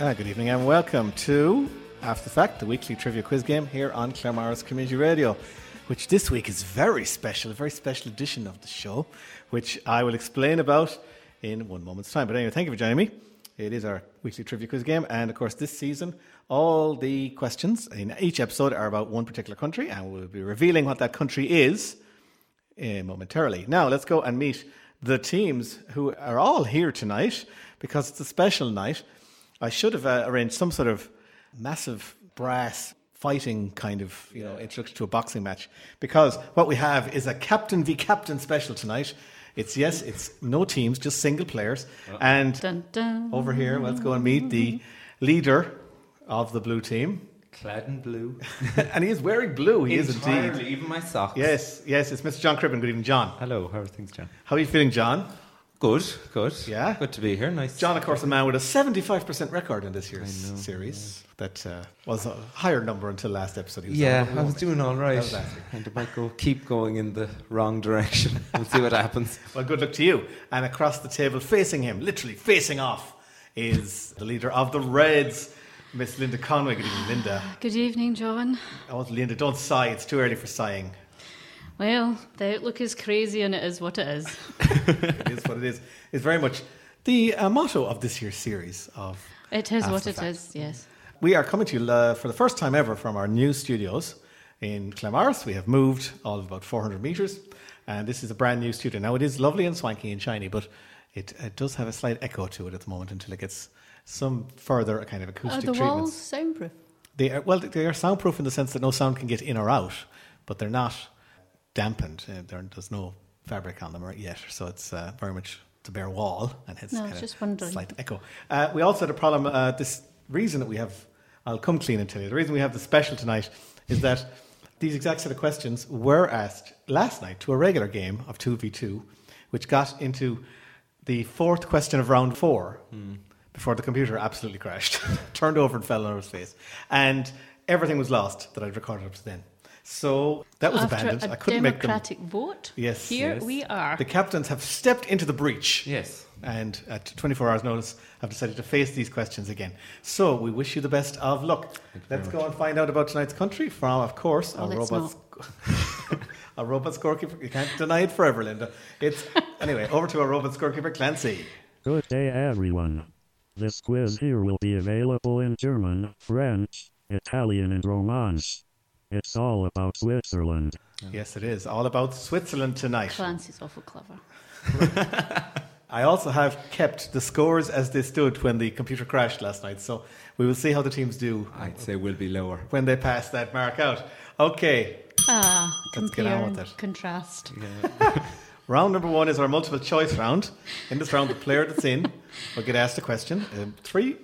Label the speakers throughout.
Speaker 1: Ah, good evening and welcome to After the Fact, the weekly trivia quiz game here on Claremorris Community Radio, which this week is very special, a very special edition of the show, which I will explain about in one moment's time. But anyway, thank you for joining me. It is our weekly trivia quiz game, and of course, this season, all the questions in each episode are about one particular country, and we'll be revealing what that country is uh, momentarily. Now, let's go and meet the teams who are all here tonight because it's a special night. I should have uh, arranged some sort of massive brass fighting kind of, you know, introduction to a boxing match because what we have is a captain v captain special tonight. It's yes, it's no teams, just single players. And
Speaker 2: Dun, dun.
Speaker 1: over here, let's go and meet the leader of the blue team.
Speaker 3: Clad in blue.
Speaker 1: and he is wearing blue, he is
Speaker 3: Entirely,
Speaker 1: indeed.
Speaker 3: Even my socks.
Speaker 1: Yes, yes, it's Mr. John Crippen. Good evening, John.
Speaker 3: Hello, how are things, John?
Speaker 1: How are you feeling, John?
Speaker 3: Good, good.
Speaker 1: Yeah?
Speaker 3: Good to be here. Nice.
Speaker 1: John, of course, a man with a 75% record in this year's series. That uh, was a higher number until last episode. He was
Speaker 3: Yeah,
Speaker 1: on.
Speaker 3: I was doing all
Speaker 1: That
Speaker 3: right.
Speaker 1: was last week.
Speaker 3: And it might go keep going in the wrong direction. we'll see what happens.
Speaker 1: Well, good luck to you. And across the table, facing him, literally facing off, is the leader of the Reds, Miss Linda Conway. Good evening, Linda.
Speaker 2: Good evening, John.
Speaker 1: Oh, Linda, don't sigh. It's too early for sighing.
Speaker 2: Well, the outlook is crazy and it is what it is.
Speaker 1: It is what it is. It's very much the uh, motto of this year's series of
Speaker 2: It is
Speaker 1: That's
Speaker 2: what
Speaker 1: the
Speaker 2: it is.
Speaker 1: fact.
Speaker 2: yes.
Speaker 1: We are coming to you uh, for the first time ever from our new studios in Clamaris. We have moved all of about 400 metres, and this is a brand new studio. Now, it is lovely and swanky and shiny, but it, it does have a slight echo to it at the moment until it gets some further kind of acoustic
Speaker 2: Are the
Speaker 1: treatments.
Speaker 2: walls soundproof?
Speaker 1: They are, well, they are soundproof in the sense that no sound can get in or out, but they're not dampened. Uh, there- there's no fabric on them right yet, so it's uh, very much the bare wall, and hence
Speaker 2: No, I
Speaker 1: kind
Speaker 2: was
Speaker 1: of
Speaker 2: just wondering.
Speaker 1: slight echo. Uh, we also had a problem. Uh, this reason that we have, I'll come clean and tell you. The reason we have the special tonight is that these exact set of questions were asked last night to a regular game of two v two, which got into the fourth question of round four before the computer absolutely crashed, turned over and fell on its face, and everything was lost that I'd recorded up to then. So that was
Speaker 2: After
Speaker 1: abandoned.
Speaker 2: a
Speaker 1: I couldn't make them.
Speaker 2: democratic vote,
Speaker 1: Yes.
Speaker 2: here
Speaker 3: Yes.
Speaker 2: we are.
Speaker 1: The captains have stepped into the breach
Speaker 3: Yes.
Speaker 1: and at 24 hours' notice have decided to face these questions again. So we wish you the best of luck. Let's go and find out about tonight's country from, of course,
Speaker 2: Oh,
Speaker 1: our
Speaker 2: let's
Speaker 1: robots. our robot scorekeeper. You can't deny it forever, Linda. It's anyway over to our robot scorekeeper, Clancy.
Speaker 4: Good day, everyone. This quiz here will be available in German, French, Italian, and Romance. It's all about Switzerland.
Speaker 1: Yes, it is all about Switzerland tonight.
Speaker 2: Clancy's awful clever.
Speaker 1: I also have kept the scores as they stood when the computer crashed last night. So we will see how the teams do
Speaker 3: I'd say we'll be lower.
Speaker 1: when they pass that mark out. Okay,
Speaker 2: Ah,
Speaker 1: Let's get
Speaker 2: compare
Speaker 1: on with
Speaker 2: and
Speaker 1: it.
Speaker 2: contrast.
Speaker 1: Round number one is our multiple choice round. In this round, the player that's in will get asked a question. Um, three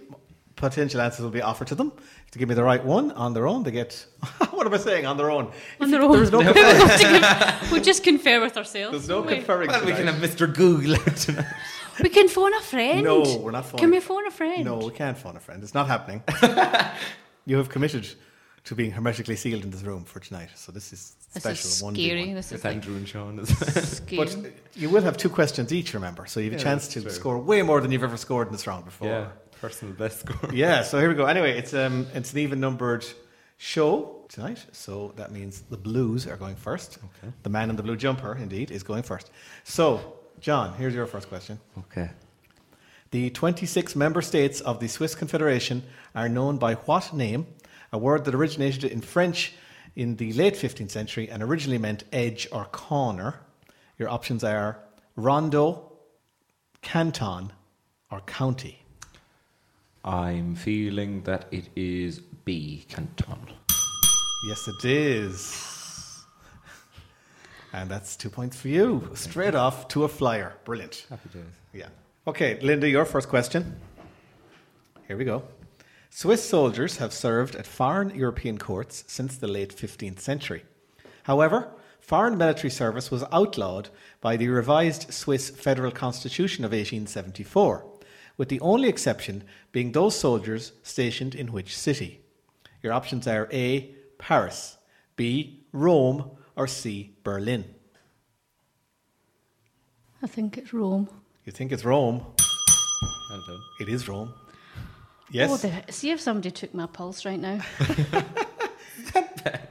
Speaker 1: potential answers will be offered to them. If they give me the right one on their own, they get. what am I saying? On their own.
Speaker 2: On their own.
Speaker 1: There's no,
Speaker 2: we have to give- we'll just confer with ourselves.
Speaker 1: there's no
Speaker 2: won't we?
Speaker 1: conferring.
Speaker 3: Well, we can
Speaker 1: tonight.
Speaker 3: have Mr. Google out tonight.
Speaker 2: We can phone a friend.
Speaker 1: No, we're not phoning.
Speaker 2: Can we phone a friend?
Speaker 1: No, we can't phone a friend. It's not happening. you have committed to being hermetically sealed in this room for tonight. So this is
Speaker 2: This
Speaker 1: special.
Speaker 2: is
Speaker 1: 1v1.
Speaker 2: scary. This is
Speaker 3: It's
Speaker 2: like
Speaker 3: Andrew and Sean as well.
Speaker 2: scary.
Speaker 1: But you will have two questions each, remember. So you have a
Speaker 3: Yeah,
Speaker 1: chance
Speaker 3: that's
Speaker 1: to
Speaker 3: true.
Speaker 1: score way more than you've ever scored in this round before.
Speaker 3: Yeah, personal best score.
Speaker 1: Yeah, so here we go. Anyway, it's um it's an even numbered show tonight, so that means the blues are going first. Okay. The man in the blue jumper, indeed, is going first. So, John, here's your first question.
Speaker 3: Okay.
Speaker 1: The 26 member states of the Swiss Confederation are known by what name? A word that originated in French in the late 15th century and originally meant edge or corner. Your options are rondo, canton, or county.
Speaker 3: I'm feeling that it is B, Canton.
Speaker 1: Yes, it is. And that's two points for you. Straight off to a flyer. Brilliant.
Speaker 3: Happy days.
Speaker 1: Yeah. Okay, Linda, your first question. Here we go. Swiss soldiers have served at foreign European courts since the late 15th century. However, foreign military service was outlawed by the revised Swiss Federal Constitution of 1874, with the only exception being those soldiers stationed in which city? Your options are A. Paris, B. Rome, or C. Berlin.
Speaker 2: I think it's Rome.
Speaker 1: You think it's Rome?
Speaker 3: Well done.
Speaker 1: It is Rome. Yes.
Speaker 2: Oh, there, see if somebody took my pulse right now.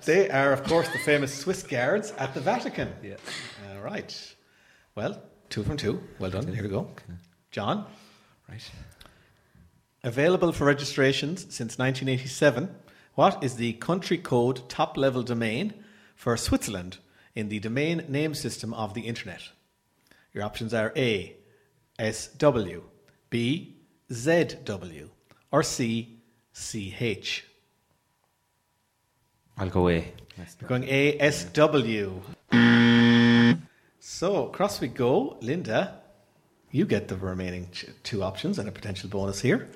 Speaker 1: They are, of course, the famous Swiss guards at the Vatican.
Speaker 3: Yeah.
Speaker 1: All right. Well, two from two. Well done. Here we go. John,
Speaker 3: Right.
Speaker 1: available for registrations since 1987, what is the country code top level domain for Switzerland in the domain name system of the internet? Your options are A, SW, B, ZW, or C, CH.
Speaker 3: I'll go away.
Speaker 1: We're going ASW. So across we go. Linda, you get the remaining ch- two options and a potential bonus here.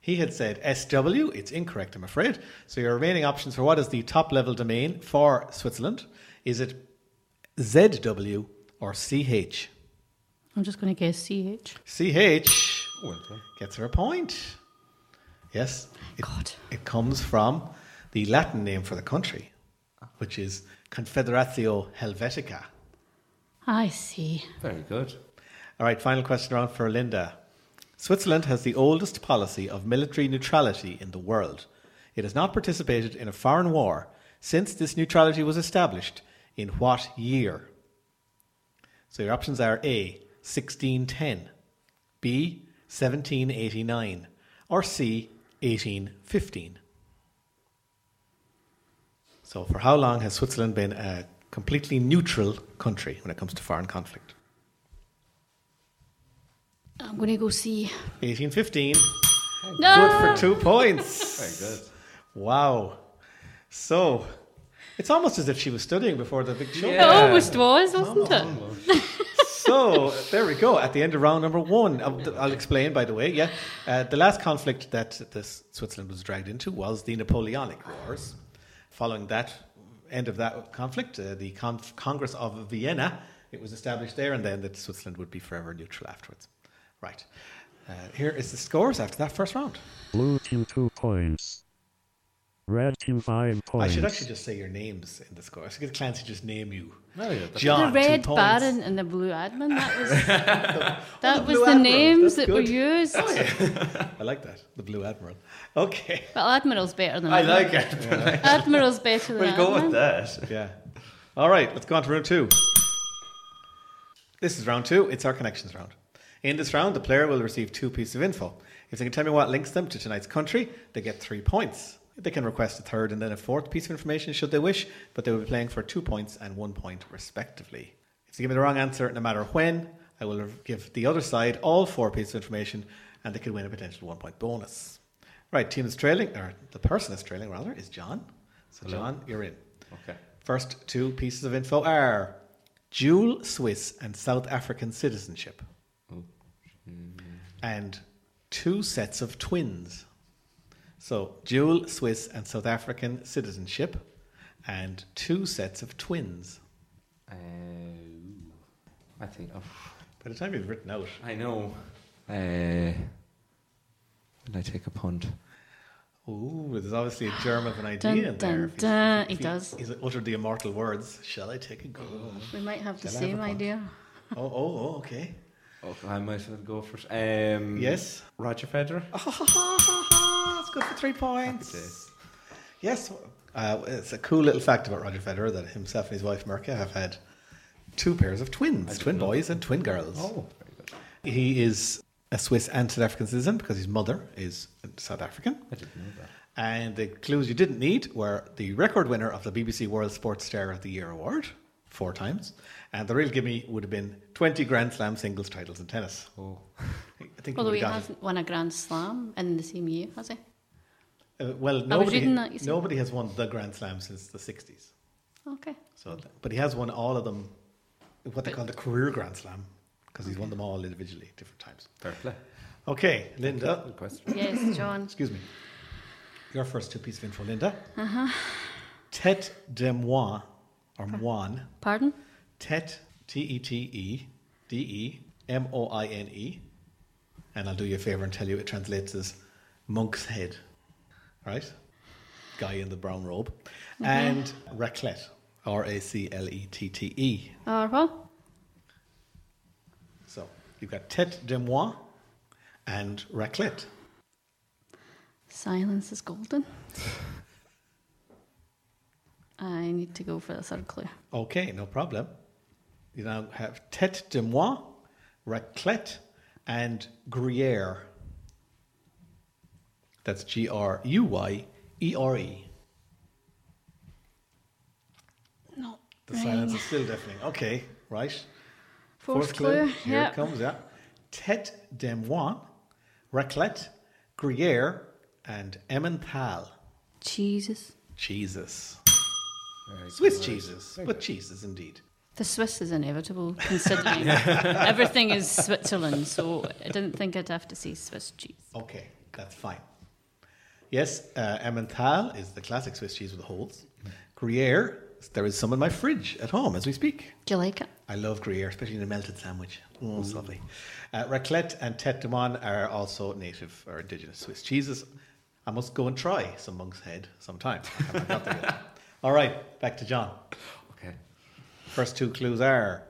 Speaker 1: He had said SW. It's incorrect, I'm afraid. So your remaining options for what is the top level domain for Switzerland? Is it ZW or CH?
Speaker 2: I'm just going to guess CH.
Speaker 1: CH
Speaker 3: Well done.
Speaker 1: gets her a point. Yes, it,
Speaker 2: God.
Speaker 1: it comes from the Latin name for the country, which is Confederatio Helvetica.
Speaker 2: I see.
Speaker 3: Very good.
Speaker 1: All right, final question round for Linda. Switzerland has the oldest policy of military neutrality in the world. It has not participated in a foreign war since this neutrality was established in what year? So your options are A, 1610, B, 1789, or C, 1815. So, for how long has Switzerland been a completely neutral country when it comes to foreign conflict?
Speaker 2: I'm going to go see.
Speaker 1: 1815.
Speaker 2: No!
Speaker 1: Good for two points.
Speaker 3: Um. Very good.
Speaker 1: Wow. So it's almost as if she was studying before the big show.
Speaker 2: It almost was, wasn't it?
Speaker 1: So there we go. At the end of round number one, I'll, I'll explain. By the way, yeah, uh, the last conflict that this Switzerland was dragged into was the Napoleonic Wars. Following that end of that conflict, uh, the Conf- Congress of Vienna it was established there, and then that Switzerland would be forever neutral afterwards. Right. Uh, here is the scores after that first round.
Speaker 4: Blue team two points. Red team five
Speaker 1: I
Speaker 4: points.
Speaker 1: should actually just say your names in the score. I should get Clancy to just name you.
Speaker 3: No, yeah, that's-
Speaker 1: John,
Speaker 2: the
Speaker 1: two
Speaker 2: Red
Speaker 1: points.
Speaker 2: Baron and the Blue Admin. That was, that
Speaker 1: the
Speaker 2: was
Speaker 1: Blue
Speaker 2: the
Speaker 1: Admiral,
Speaker 2: names
Speaker 1: that's
Speaker 2: that were
Speaker 1: good. Oh,
Speaker 2: used.
Speaker 1: I like that. The Blue Admiral. Okay.
Speaker 2: Well, Admiral's better than
Speaker 3: I
Speaker 2: Admiral.
Speaker 3: like it. but
Speaker 2: Admiral's better than
Speaker 3: We'll go
Speaker 2: Admiral.
Speaker 3: with that.
Speaker 1: Yeah. All right, let's go on to round two. This is round two. It's our connections round. In this round, the player will receive two pieces of info. If they can tell me what links them to tonight's country, they get three points. They can request a third and then a fourth piece of information should they wish, but they will be playing for two points and one point respectively. If they give me the wrong answer, no matter when, I will give the other side all four pieces of information and they can win a potential one point bonus. Right, team is trailing, or the person is trailing rather, is John. So, John, you're in.
Speaker 3: Okay.
Speaker 1: First two pieces of info are dual Swiss and South African citizenship. Mm-hmm. And two sets of twins. So, dual Swiss and South African citizenship and two sets of twins.
Speaker 3: Uh, ooh. I think. Oh,
Speaker 1: By the time you've written out,
Speaker 3: I know. Uh, and I take a punt.
Speaker 1: ooh, there's obviously a germ of an idea
Speaker 2: Dun,
Speaker 1: in there.
Speaker 2: dun,
Speaker 1: if he's- if
Speaker 2: dun. He does.
Speaker 1: He's uttered the immortal words, Shall I take a go?
Speaker 2: We might have the
Speaker 1: Shall I have a
Speaker 2: same
Speaker 1: punt?
Speaker 2: idea.
Speaker 1: oh, oh, oh, okay.
Speaker 3: Okay, I might as well go for it. Um,
Speaker 1: Yes.
Speaker 3: Roger Federer.
Speaker 1: That's good for three points.
Speaker 3: days.
Speaker 1: Yes, uh, it's a cool little fact about Roger Federer that himself and his wife Mirka have had two pairs of twins, twin boys and twin girls.
Speaker 3: very good.
Speaker 1: He is a Swiss and South African citizen because his mother is South African.
Speaker 3: I didn't know that.
Speaker 1: And the clues you didn't need were the record winner of the BBC World Sports Star of the Year award four times, and the real gimme would have been 20 Grand Slam singles titles in tennis.
Speaker 3: Oh,
Speaker 1: I think
Speaker 2: Although
Speaker 1: we
Speaker 2: he
Speaker 1: got it.
Speaker 2: hasn't won a Grand Slam in the same year, has he?
Speaker 1: Uh, well, nobody,
Speaker 2: reading that, you see.
Speaker 1: nobody has won the Grand Slam since the 60s.
Speaker 2: Okay.
Speaker 1: So, th- but he has won all of them, what they call the career Grand Slam, because he's won them all individually at different times.
Speaker 3: Fair play.
Speaker 1: Okay, Linda.
Speaker 3: Good question.
Speaker 2: Yes, John.
Speaker 1: Excuse me. Your first two piece of info, Linda. Uh-huh. Tete de moi, or moine.
Speaker 2: Pardon?
Speaker 1: Tete, T E T E D E M O I N E. And I'll do you a favor and tell you it translates as monk's head. All right? Guy in the brown robe. And raclette, R A C L E T T E.
Speaker 2: Or what?
Speaker 1: So you've got tete de moi and raclette.
Speaker 2: Silence is golden. I need to go for the third clue.
Speaker 1: Okay, no problem. You now have tete de moi, raclette, and gruyere. That's G R U Y E R E.
Speaker 2: No.
Speaker 1: The silence is still deafening. Okay, right.
Speaker 2: Fourth, clue.
Speaker 1: Here
Speaker 2: Yep.
Speaker 1: it comes, yeah. Tete de moi, raclette, gruyere, and Emmental
Speaker 2: Jesus.
Speaker 1: cheeses.
Speaker 3: Very
Speaker 1: Swiss
Speaker 3: good.
Speaker 1: cheeses, but cheeses indeed.
Speaker 2: The Swiss is inevitable, considering everything is Switzerland, so I didn't think I'd have to say Swiss cheese.
Speaker 1: Okay, that's fine. Yes, uh, Emmental is the classic Swiss cheese with holes. Gruyere, there is some in my fridge at home as we speak.
Speaker 2: Do you like it?
Speaker 1: I love Gruyere, especially in a melted sandwich. Mm, it's lovely. Uh, raclette and tete de mon are also native or indigenous Swiss cheeses. I must go and try some monk's head sometime. I haven't got there yet. All right, back to John.
Speaker 3: Okay.
Speaker 1: First two clues are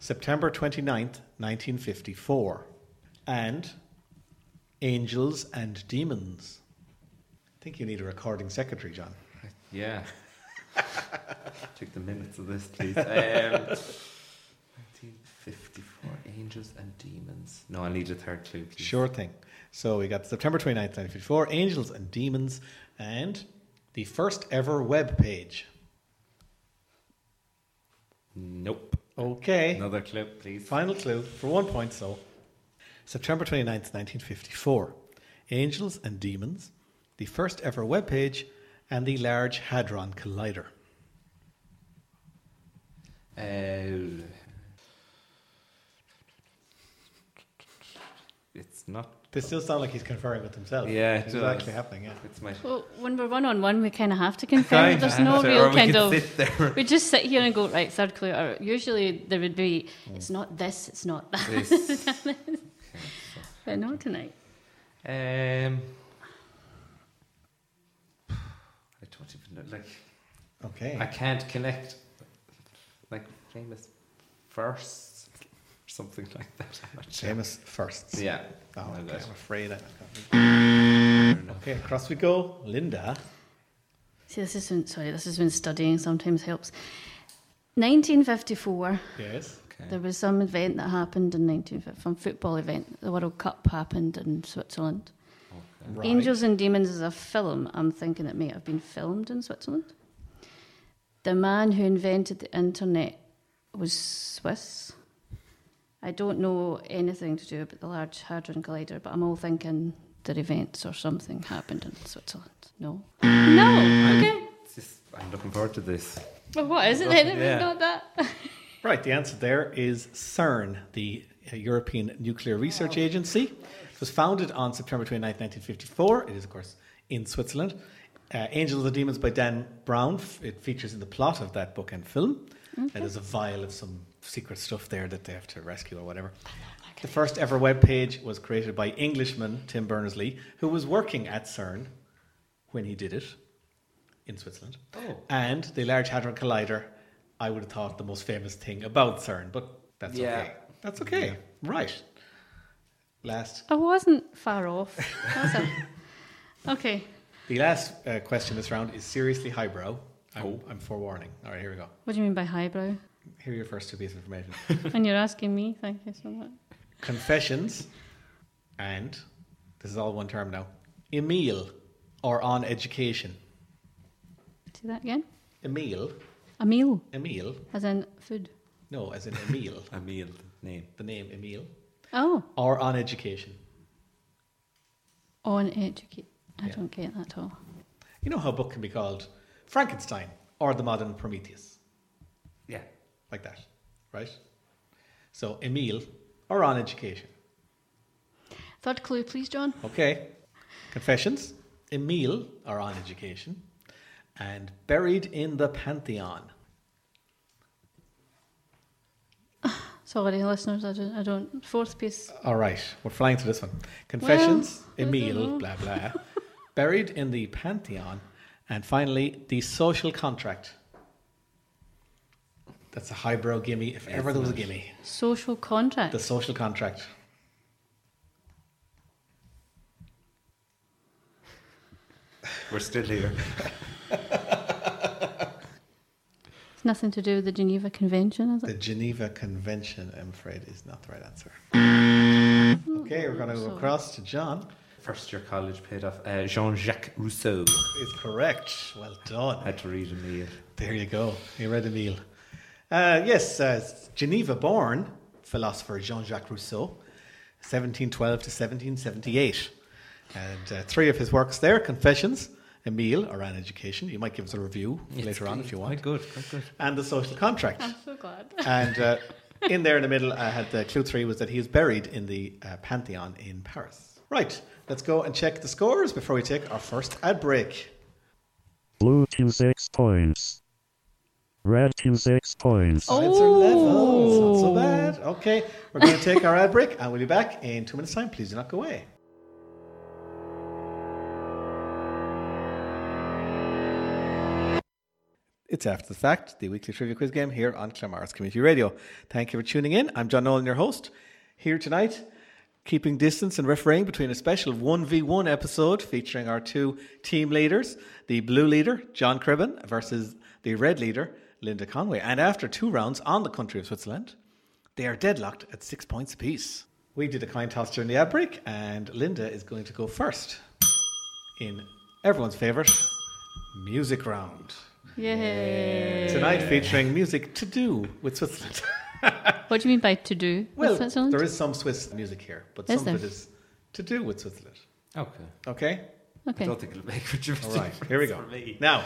Speaker 1: September 29th, 1954, and Angels and Demons. I think you need a recording secretary, John.
Speaker 3: Yeah. Take the minutes of this, please. Um, 1954, Angels and Demons. No, I need a third clue, please.
Speaker 1: Sure thing. So we got September 29th, 1954, Angels and Demons, and the first ever web page.
Speaker 3: Nope.
Speaker 1: Okay.
Speaker 3: Another clue, please.
Speaker 1: Final clue for one point, so. September 29th, 1954. Angels and Demons, the first ever webpage, and the Large Hadron Collider.
Speaker 3: Uh, it's not.
Speaker 1: They still sound like he's conferring with himself.
Speaker 3: Yeah, it
Speaker 1: it's
Speaker 3: does.
Speaker 1: actually happening. Yeah.
Speaker 3: It's my.
Speaker 2: Well, when we're one on one, we kind of have to confirm. There's no
Speaker 3: Or
Speaker 2: real
Speaker 3: we
Speaker 2: kind
Speaker 3: could
Speaker 2: of.
Speaker 3: sit there.
Speaker 2: We just sit here and go right third clue. Or usually there would be it's not this, it's not that.
Speaker 3: This.
Speaker 2: But not tonight.
Speaker 3: Um, I don't even know. Like,
Speaker 1: Okay.
Speaker 3: I can't connect. Like, famous first, or something like that. I'm not sure.
Speaker 1: Seamus first.
Speaker 3: Yeah.
Speaker 1: Oh,
Speaker 3: I know
Speaker 1: okay.
Speaker 3: that.
Speaker 1: I'm afraid. I okay, across we go. Linda.
Speaker 2: See, this is when, sorry. This is when studying sometimes helps. 1954.
Speaker 1: Yes.
Speaker 2: There was some event that happened in 1950, some football event. The World Cup happened in Switzerland.
Speaker 1: Right.
Speaker 2: Angels and Demons is a film. I'm thinking it may have been filmed in Switzerland. The man who invented the internet was Swiss. I don't know anything to do about the Large Hadron Collider, but I'm all thinking that events or something happened in Switzerland. No. no! Okay.
Speaker 3: It's just, I'm looking forward to this.
Speaker 2: Well, what is it then if
Speaker 3: Yeah.
Speaker 2: it's not that?
Speaker 1: Right. The answer there is CERN, the uh, European Nuclear Research Agency. It was founded on September 29, 1954. It is, of course, in Switzerland. Uh, Angels and Demons by Dan Brown. F- It features in the plot of that book and film. And there's a vial of some secret stuff there that they have to rescue or whatever. The first ever web page was created by Englishman Tim Berners Lee, who was working at CERN when he did it in Switzerland.
Speaker 3: Oh.
Speaker 1: And the Large Hadron Collider, I would have thought the most famous thing about CERN, but that's
Speaker 3: Yeah.
Speaker 1: okay. That's okay. Right. Last,
Speaker 2: I wasn't far off. Was I? okay.
Speaker 1: the last uh, question this round is seriously highbrow. I'm,
Speaker 3: Oh.
Speaker 1: I'm forewarning. All right, here we go.
Speaker 2: What do you mean by highbrow?
Speaker 1: Here are your first two pieces of information:
Speaker 2: and you're asking me, thank you so much.
Speaker 1: confessions, and this is all one term now. Emil, or on education.
Speaker 2: See that again?
Speaker 1: Emil,
Speaker 2: A meal,
Speaker 1: Emil.
Speaker 2: as in food.
Speaker 1: No, as in Emil.
Speaker 3: A meal name.
Speaker 1: the name Emil,
Speaker 2: Oh,
Speaker 1: or on education.
Speaker 2: on educate. I
Speaker 1: Yeah.
Speaker 2: don't get that at all.
Speaker 1: You know how a book can be called Frankenstein or the modern Prometheus,
Speaker 3: Yeah.
Speaker 1: like that, right? So Emile or on education.
Speaker 2: Third clue, please, John.
Speaker 1: Okay. Confessions. Emile are on education. And buried in the Pantheon.
Speaker 2: Sorry, listeners, I don't. I don't. Fourth piece.
Speaker 1: All right, we're flying through this one. Confessions,
Speaker 2: I don't
Speaker 1: Emile,
Speaker 2: know.
Speaker 1: blah, blah. buried in the Pantheon. And finally, the social contract. That's a highbrow gimme, if ever there was a gimme.
Speaker 2: Social contract.
Speaker 1: The social contract.
Speaker 3: We're still here.
Speaker 2: It's nothing to do with the Geneva Convention, is
Speaker 1: The
Speaker 2: it?
Speaker 1: Geneva Convention, I'm afraid, is not the right answer.
Speaker 2: Mm.
Speaker 1: Okay, we're going to go
Speaker 2: sorry.
Speaker 1: across to John.
Speaker 3: First year college paid off. Uh, Jean Jacques Rousseau.
Speaker 1: Is correct. Well done.
Speaker 3: Had to read a meal.
Speaker 1: There you go. You read Emile. Uh, yes, uh, Geneva born philosopher Jean Jacques Rousseau, 1712 to 1778. And uh, three of his works there Confessions, Emile, or on education. You might give us a review later on if you want.
Speaker 3: Quite good, quite good.
Speaker 1: And The Social Contract.
Speaker 2: I'm so glad.
Speaker 1: and uh, in there in the middle, I had the clue three was that he is buried in the uh, Pantheon in Paris. Right, let's go and check the scores before we take our first ad break.
Speaker 4: Blue team 6 points. Red team 6 points.
Speaker 1: Sides are level. It's not so bad. Okay, we're going to take our ad break and we'll be back in two minutes' time. Please do not go away. It's After the Fact, the weekly trivia quiz game here on Clamars Community Radio. Thank you for tuning in. I'm John Nolan, your host, here tonight, keeping distance and refereeing between a special 1v1 episode featuring our two team leaders the blue leader, John Cribben, versus the red leader, Linda Conway. And after two rounds on the country of Switzerland, they are deadlocked at six points apiece. We did a coin toss during the ad break, and Linda is going to go first in everyone's favourite music round.
Speaker 2: Yay.
Speaker 1: Tonight featuring music to do with Switzerland.
Speaker 2: What do you mean by to do?
Speaker 1: well,
Speaker 2: with Switzerland?
Speaker 1: there is some Swiss music here, but
Speaker 2: Is
Speaker 1: some of
Speaker 2: there?
Speaker 1: it is to do with Switzerland.
Speaker 3: Okay.
Speaker 1: Okay?
Speaker 3: I
Speaker 2: Okay.
Speaker 3: don't think it'll make much of a
Speaker 1: All right,
Speaker 3: difference
Speaker 1: here we go.
Speaker 3: for me.
Speaker 1: Now,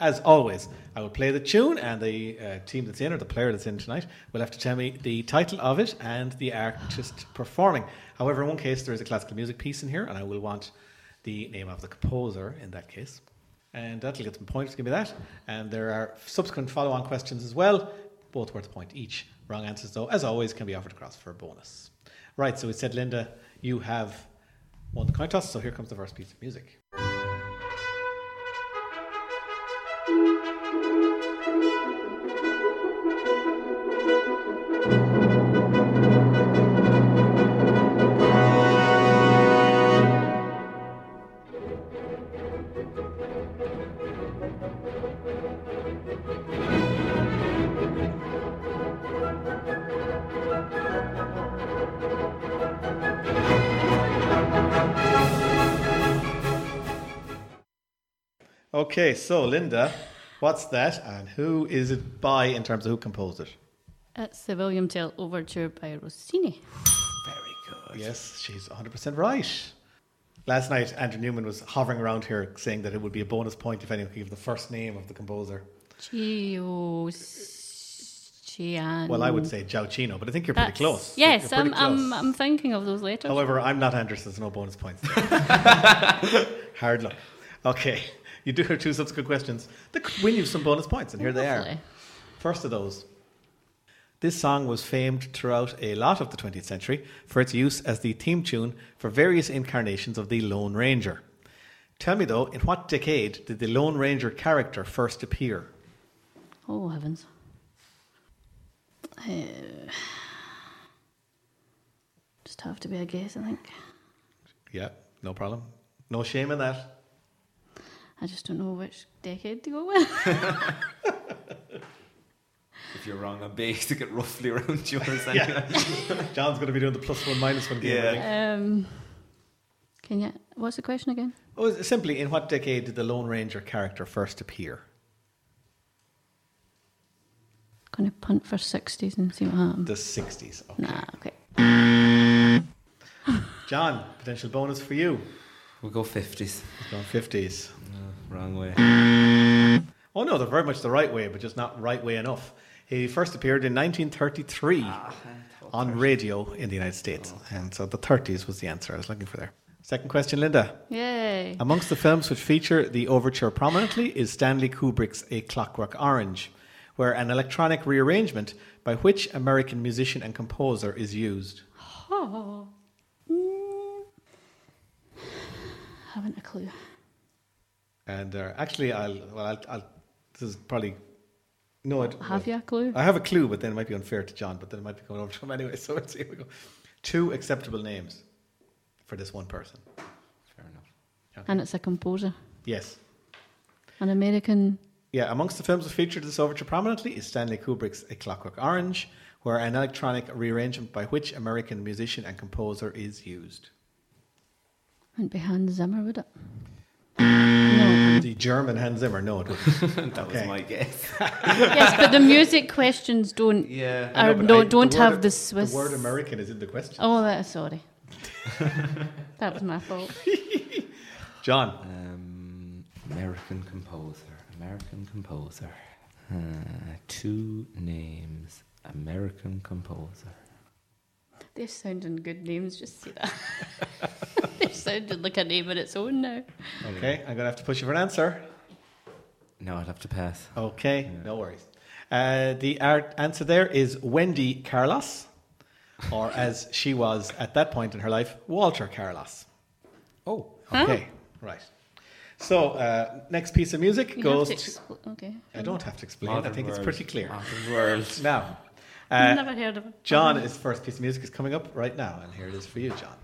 Speaker 1: as always, I will play the tune, and the uh, team that's in or the player that's in tonight will have to tell me the title of it and the artist performing. However, in one case, there is a classical music piece in here, and I will want the name of the composer in that case. And that'll get some points, give me that. And there are subsequent follow on questions as well, both worth a point each. Wrong answers, though, as always, can be offered across for a bonus. Right, so we said, Linda, you have won the coin toss, so here comes the first piece of music. Okay, so Linda, what's that and who is it by in terms of who composed it?
Speaker 2: It's the William Tell Overture by Rossini.
Speaker 3: Very good.
Speaker 1: Yes, she's 100% right. Last night, Andrew Newman was hovering around here saying that it would be a bonus point if anyone could give the first name of the composer.
Speaker 2: Gio Cian.
Speaker 1: Well, I would say Giacchino, but I think you're pretty
Speaker 2: Mm. That's-
Speaker 1: close.
Speaker 2: Yes,
Speaker 1: You're
Speaker 2: I'm,
Speaker 1: pretty
Speaker 2: I'm,
Speaker 1: close.
Speaker 2: I'm thinking of those letters.
Speaker 1: However, I'm not Andrew, so there's no bonus points. Hard luck. Okay, you do have two subsequent questions that could win you some bonus points, and here they are.
Speaker 2: Lovely.
Speaker 1: First of those. This song was famed throughout a lot of the 20th century for its use as the theme tune for various incarnations of the Lone Ranger. Tell me though, in what decade did the Lone Ranger character first appear?
Speaker 2: Oh, heavens. Uh, just have to be a guess, I think.
Speaker 1: Yeah, no problem. No shame in that.
Speaker 2: I just don't know which decade to go with.
Speaker 3: If you're wrong on base, to get roughly around yours anyway.
Speaker 1: Yeah. John's going to be doing the plus one, minus one game, I
Speaker 3: Yeah.
Speaker 1: think.
Speaker 2: um, can you? What's the question again?
Speaker 1: Oh, is it simply, in what decade did the Lone Ranger character first appear?
Speaker 2: Gonna punt for sixties and see what happens.
Speaker 1: The Oh, 60s. Okay.
Speaker 2: Nah, okay.
Speaker 1: John, potential bonus for you.
Speaker 3: We'll go 50s.
Speaker 1: He's gone 50s.
Speaker 3: Wrong way.
Speaker 1: Oh no, they're very much the right way, but just not right way enough. He first appeared in 1933 on radio in the United States, and so the 30s was the answer I was looking for there. Second question, Linda.
Speaker 2: Yay.
Speaker 1: Amongst the films which feature the overture prominently is Stanley Kubrick's A Clockwork Orange, where an electronic rearrangement by which American musician and composer is used.
Speaker 2: Oh. Mm. Haven't a clue.
Speaker 1: And uh, actually, I'll well, I'll, I'll this is probably no. It,
Speaker 2: Have you a clue?
Speaker 1: I have a clue, but then it might be unfair to John. But then it might be coming over to him anyway. So let's see. Here we go. Two acceptable names for this one person.
Speaker 3: Fair enough.
Speaker 2: And it's a composer.
Speaker 1: Yes.
Speaker 2: An American.
Speaker 1: Yeah, amongst the films that featured this overture prominently is Stanley Kubrick's A Clockwork Orange, where an electronic rearrangement by which American musician and composer is used.
Speaker 2: Wouldn't be Hans Zimmer, would it? no.
Speaker 1: The German Hans Zimmer, no, it
Speaker 2: Uh,
Speaker 1: wouldn't.
Speaker 3: that
Speaker 1: Okay.
Speaker 3: was my guess.
Speaker 2: Yes, but the music questions don't.
Speaker 3: Yeah.
Speaker 2: Are,
Speaker 1: I know, but
Speaker 2: no,
Speaker 1: I-
Speaker 2: don't
Speaker 1: the word-
Speaker 2: have the Swiss.
Speaker 1: The word American is in the question.
Speaker 2: oh, that's sorry. that was my fault.
Speaker 1: John,
Speaker 3: Um, American composer. American composer. Uh, two names. American composer.
Speaker 2: They're sounding good names, just see that. They're sounding like a name on its own now.
Speaker 1: okay, I'm going to have to push you for an answer.
Speaker 3: No, I'd have to pass.
Speaker 1: Okay, no worries. Uh, the ar- answer there is Wendy Carlos, or as she was at that point in her life, Walter Carlos.
Speaker 3: Oh.
Speaker 1: Okay, right. So uh, next piece of music
Speaker 2: You
Speaker 1: goes.
Speaker 2: have to
Speaker 1: To,
Speaker 2: expl- okay.
Speaker 1: I don't have to explain. I
Speaker 3: Modern
Speaker 1: think it's
Speaker 3: world.
Speaker 1: pretty clear.
Speaker 3: Modern world.
Speaker 1: Now,
Speaker 2: I've
Speaker 1: uh,
Speaker 2: never heard of it.
Speaker 1: John, his first piece of music is coming up right now, and here it is for you, John.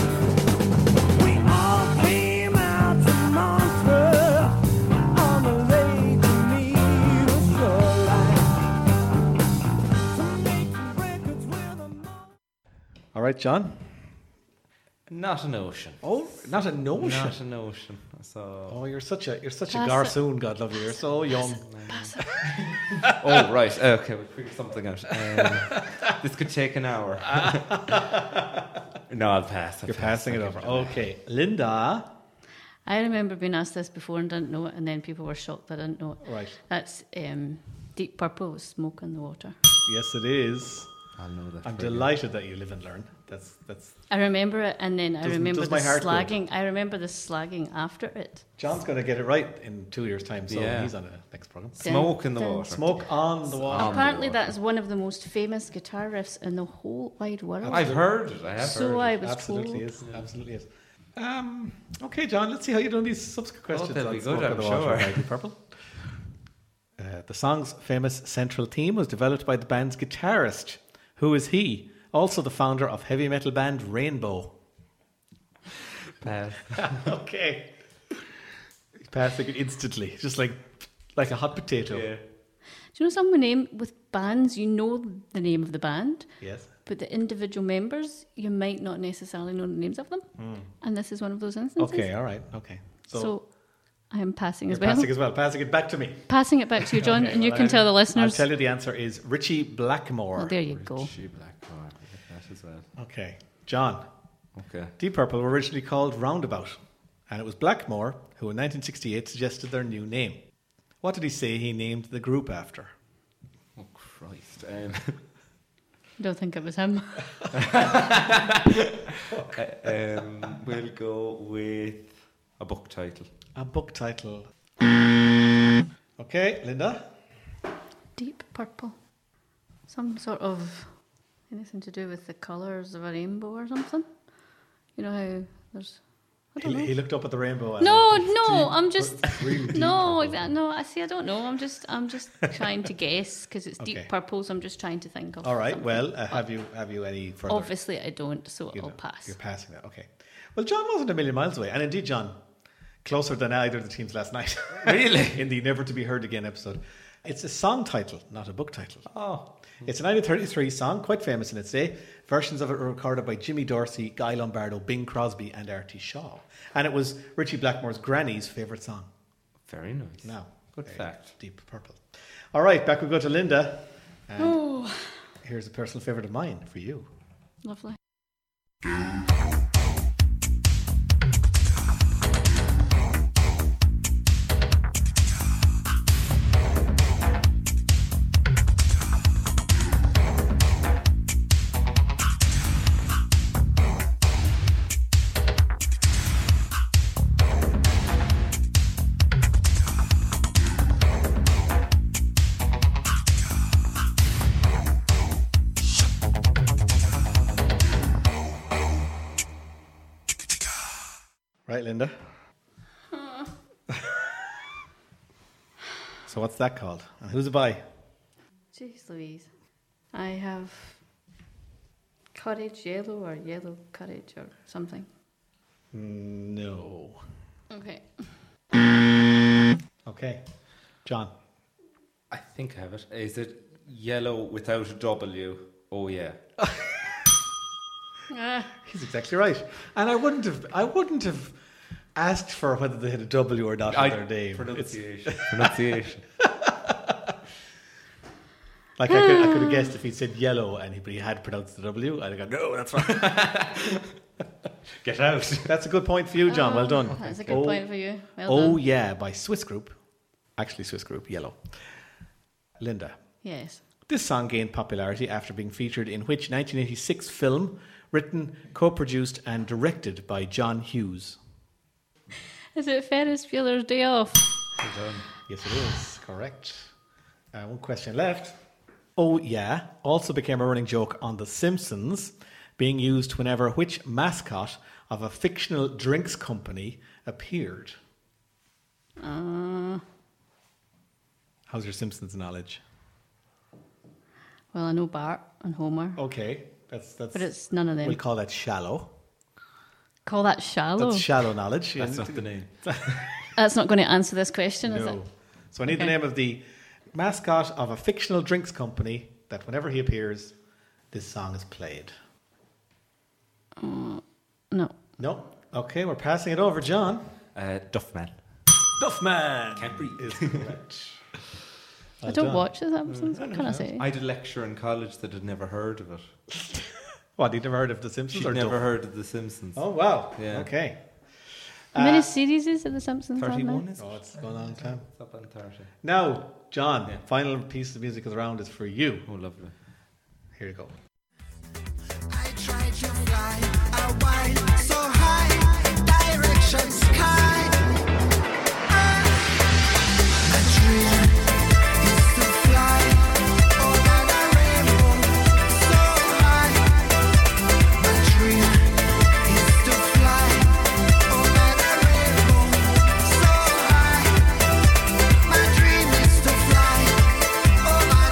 Speaker 5: We all came out to Montreux on the lake to meet a shoreline to make records with a
Speaker 1: All right, John.
Speaker 3: Not an ocean.
Speaker 1: Oh, not a notion.
Speaker 3: Not an ocean. So.
Speaker 1: Oh, you're such a you're such a
Speaker 2: Pass it.
Speaker 1: garsoon. God love you. You're so young.
Speaker 3: Oh, right. Okay, we figured something out. Um, this could take an hour. no, I'll pass. I'll
Speaker 1: You're
Speaker 3: pass.
Speaker 1: passing it over. Okay, Linda.
Speaker 2: I remember being asked this before and didn't know it, and then people were shocked that I didn't know it.
Speaker 1: Right.
Speaker 2: That's um, Deep Purple with Smoke in the Water.
Speaker 1: Yes, it is.
Speaker 3: I'll know that.
Speaker 1: I'm
Speaker 3: for you.
Speaker 1: delighted that you live and learn. That's that's.
Speaker 2: I remember it, and then I
Speaker 1: Does-
Speaker 2: remember
Speaker 1: does
Speaker 2: the
Speaker 1: my heart go?
Speaker 2: slagging. I remember the slagging after it.
Speaker 1: John's going to get it right in two years' time, so
Speaker 3: Yeah.
Speaker 1: he's on the next program.
Speaker 3: Smoke in the
Speaker 2: Dun, dun.
Speaker 3: water.
Speaker 1: Smoke on the wall.
Speaker 2: Apparently, that is one of the most famous guitar riffs in the whole wide world.
Speaker 3: I've heard it. I have heard
Speaker 2: so
Speaker 3: it.
Speaker 2: Oh, I was
Speaker 1: Absolutely
Speaker 2: told.
Speaker 1: is. Absolutely is. Um, okay, John. Let's see how you do on these subsequent questions.
Speaker 3: they'll
Speaker 1: on
Speaker 3: Oh, be
Speaker 1: Smoke
Speaker 3: good,
Speaker 1: on
Speaker 3: I'm
Speaker 1: the Water
Speaker 3: sure.
Speaker 1: by Deep Purple. Uh, the song's famous central theme was developed by the band's guitarist. Who is he? Also the founder of heavy metal band Rainbow.
Speaker 3: Pass.
Speaker 1: okay. Passing it instantly, just like like a hot potato.
Speaker 3: Yeah.
Speaker 2: Do you know someone name with bands? You know the name of the band,
Speaker 1: Yes.
Speaker 2: but the individual members, you might not necessarily know the names of them. And this is one of those instances.
Speaker 1: Hmm. Okay. All right. Okay.
Speaker 2: So,
Speaker 1: So,
Speaker 2: I am passing
Speaker 1: you're
Speaker 2: as well.
Speaker 1: passing
Speaker 2: Passing,
Speaker 1: as well. Passing it back to me.
Speaker 2: it back to you, John,
Speaker 1: Okay,
Speaker 2: and you
Speaker 1: well,
Speaker 2: can
Speaker 1: I-
Speaker 2: tell the listeners.
Speaker 1: I'll tell you the answer is Richie
Speaker 2: oh,
Speaker 1: Blackmore.
Speaker 2: there you go.
Speaker 3: She black car. That as well.
Speaker 1: okay. John.
Speaker 3: Okay.
Speaker 1: Deep Purple were originally called Roundabout, and it was Blackmore who, in 1968, suggested their new name. What did he say he named the group after?
Speaker 3: Oh Christ. Um,
Speaker 2: I don't think it was him.
Speaker 3: uh, um, we'll go with a book title.
Speaker 1: A book title. Okay, Linda.
Speaker 2: Deep purple. Some sort of anything to do with the colours of a rainbow or something. You know how there's.
Speaker 1: He,
Speaker 2: I don't know.
Speaker 1: he looked up at the rainbow. and-
Speaker 2: No, no, I'm just no, exa- no. I see. I don't know. I'm just, I'm just trying to guess because it's
Speaker 1: Okay.
Speaker 2: deep purple. So I'm just trying to think of.
Speaker 1: All right.
Speaker 2: something.
Speaker 1: Well, uh, have you have you any further?
Speaker 2: obviously I don't, so
Speaker 1: you
Speaker 2: I'll
Speaker 1: know,
Speaker 2: pass.
Speaker 1: You're passing that. Okay. Well, John wasn't a million miles away, and indeed, John, closer than either of the teams last night.
Speaker 3: Really?
Speaker 1: in the Never to Be Heard Again episode. It's a song title, not a book title.
Speaker 3: Oh,
Speaker 1: It's a 1933 song, quite famous in its day. Versions of it were recorded by Jimmy Dorsey, Guy Lombardo, Bing Crosby, and Artie Shaw. And it was Richie Blackmore's granny's favourite song.
Speaker 3: very nice.
Speaker 1: Now,
Speaker 3: Good
Speaker 1: very
Speaker 3: fact.
Speaker 1: Deep purple. All right, back we go to Linda. And
Speaker 2: Oh,
Speaker 1: here's a personal favourite of mine for you.
Speaker 2: lovely.
Speaker 1: Right, Linda? so, what's that called? And who's a by?
Speaker 2: Jeez Louise. I have courage yellow or yellow courage or something.
Speaker 1: Mm, No.
Speaker 2: Okay.
Speaker 1: Okay. John.
Speaker 3: I think I have it. Is it yellow without a W? Oh yeah.
Speaker 1: He's exactly right. And I wouldn't have I wouldn't have asked for whether they had a W or not on their name. It's-
Speaker 3: pronunciation. pronunciation.
Speaker 1: Like I could, I could have guessed if he said yellow and he, but he had pronounced the W, I'd have gone, no, that's right.
Speaker 3: Get out.
Speaker 1: That's a good point for you, John. well done.
Speaker 2: That's a good
Speaker 1: oh,
Speaker 2: point for you. Well
Speaker 1: oh
Speaker 2: done.
Speaker 1: yeah, by Swiss Group. Actually, Swiss Group, yellow. Linda.
Speaker 2: Yes.
Speaker 1: This song gained popularity after being featured in which 1986 film written, co produced, and directed by John Hughes?
Speaker 2: Is it Ferris Bueller's Day Off?
Speaker 1: Yes, it is. Correct. Uh, one question left. Oh, yeah. Also became a running joke on The Simpsons, being used whenever which mascot of a fictional drinks company appeared?
Speaker 2: Uh,
Speaker 1: How's your Simpsons knowledge?
Speaker 2: well, I know Bart and Homer,
Speaker 1: Okay. That's, that's,
Speaker 2: but it's none of them.
Speaker 1: Oh. we'll call that shallow.
Speaker 2: Call that shallow.
Speaker 1: That's shallow knowledge.
Speaker 3: That's not the name.
Speaker 2: That's not going to answer this question, is it?
Speaker 1: No. So I need the
Speaker 2: Okay.
Speaker 1: name of the mascot of a fictional drinks company that whenever he appears, this song is played.
Speaker 2: No.
Speaker 1: No? Okay, we're passing it over, John.
Speaker 3: Uh, Duffman.
Speaker 1: Duffman!
Speaker 3: Can't breathe.
Speaker 1: Is correct.
Speaker 2: I don't watch
Speaker 1: Mm,
Speaker 2: The Simpsons. What can I say?
Speaker 3: I had a lecturer in college that had never heard of it.
Speaker 1: What, you'd never heard of The Simpsons
Speaker 3: She'd
Speaker 1: or
Speaker 3: never
Speaker 1: Duff?
Speaker 3: heard of The Simpsons.
Speaker 1: Oh, wow.
Speaker 3: Yeah.
Speaker 1: Okay.
Speaker 2: How
Speaker 1: uh,
Speaker 2: many series is it The Simpsons? on there?
Speaker 3: 31 is
Speaker 1: Oh, it's gone a long time.
Speaker 3: It's up on 30.
Speaker 1: Now, John, final piece of music of the round is for you.
Speaker 3: Oh, lovely.
Speaker 1: Here you go.
Speaker 5: I tried to fly a while so high, direction sky. A dream is to fly over the rainbow so high. A dream is to fly over the rainbow so high. My dream is to fly over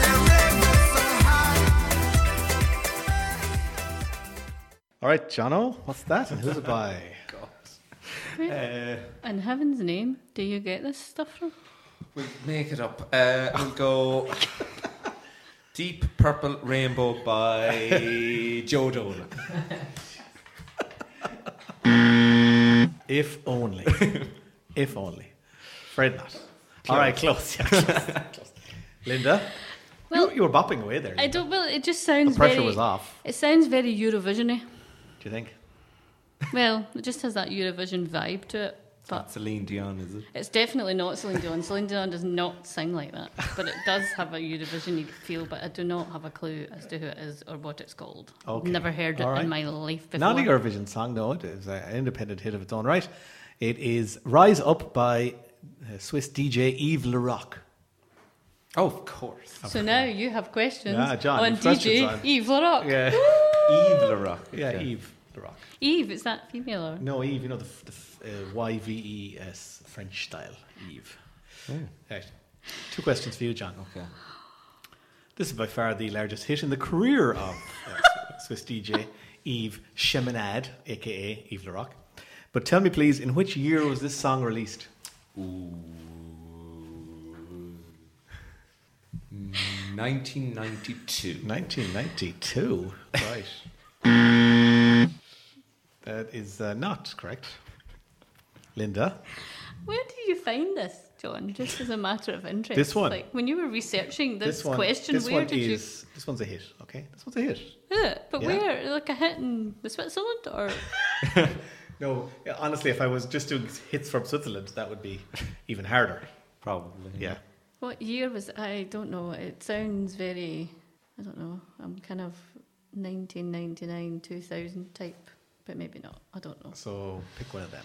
Speaker 5: the rainbow so high.
Speaker 1: All right, Jono, what's that? And who's it by?
Speaker 3: Uh,
Speaker 1: eh?
Speaker 2: In heaven's name, do you get this stuff from?
Speaker 3: we'll make it up. Uh, we'll go Deep Purple Rainbow by Joe Dolan.
Speaker 1: If only. if only. Fred not. All right, close. Yeah, close. Close. Linda,
Speaker 2: Well-
Speaker 1: you, you were bopping away there.
Speaker 2: I don't. Well, it just sounds
Speaker 1: pressure
Speaker 2: very.
Speaker 1: was off.
Speaker 2: It sounds very Eurovisiony.
Speaker 1: Do you think?
Speaker 2: well, it just has that Eurovision vibe to it, but
Speaker 3: Celine Dion, is it?
Speaker 2: it's definitely not Celine Dion. Celine Dion does not sing like that, but it does have a Eurovision feel. But I do not have a clue as to who it is or what it's called. I've
Speaker 1: Okay.
Speaker 2: Never heard it
Speaker 1: All right.
Speaker 2: in my life before.
Speaker 1: Not a Eurovision song, no. It is an independent hit of its own right. It is Rise Up by uh, Swiss DJ Yves Leroc.
Speaker 3: Oh, of course.
Speaker 2: So now you have questions
Speaker 1: Yeah, John,
Speaker 2: on
Speaker 1: you've questions
Speaker 2: DJ
Speaker 1: on-
Speaker 2: Eve Larock.
Speaker 1: Yeah.
Speaker 3: Eve LaRock.
Speaker 1: Yeah, Yves Leroc.
Speaker 2: Eve, is that female or?
Speaker 1: No, Yves, you know, the, f- the f- uh, Y-V-E-S French style, Yves.
Speaker 3: Hmm.
Speaker 1: Right. Two questions for you, John.
Speaker 3: Okay.
Speaker 1: This is by far the largest hit in the career of uh, Swiss DJ Yves Cheminade, a.k.a. Yves Leroc. But tell me, please, in which year was this song released?
Speaker 3: Ooh. 1992.
Speaker 1: 1992. Right. that is uh, not correct. Linda.
Speaker 2: Where do you find this, John? Just as a matter of interest.
Speaker 1: This one.
Speaker 2: Like when you were researching this,
Speaker 1: This one.
Speaker 2: question,
Speaker 1: this
Speaker 2: where
Speaker 1: one
Speaker 2: did
Speaker 1: is. This one's a hit. Okay. This one's a hit.
Speaker 2: you? Yeah, but
Speaker 1: Yeah.
Speaker 2: where? Like a hit in the Switzerland or?
Speaker 1: No, yeah, honestly, if I was just doing hits from Switzerland, that would be even harder.
Speaker 3: Probably.
Speaker 1: Yeah.
Speaker 2: What year was I don't know. It sounds very I don't know. I'm kind of 1999, 2000 type, but maybe not. I don't know.
Speaker 1: So pick one of them,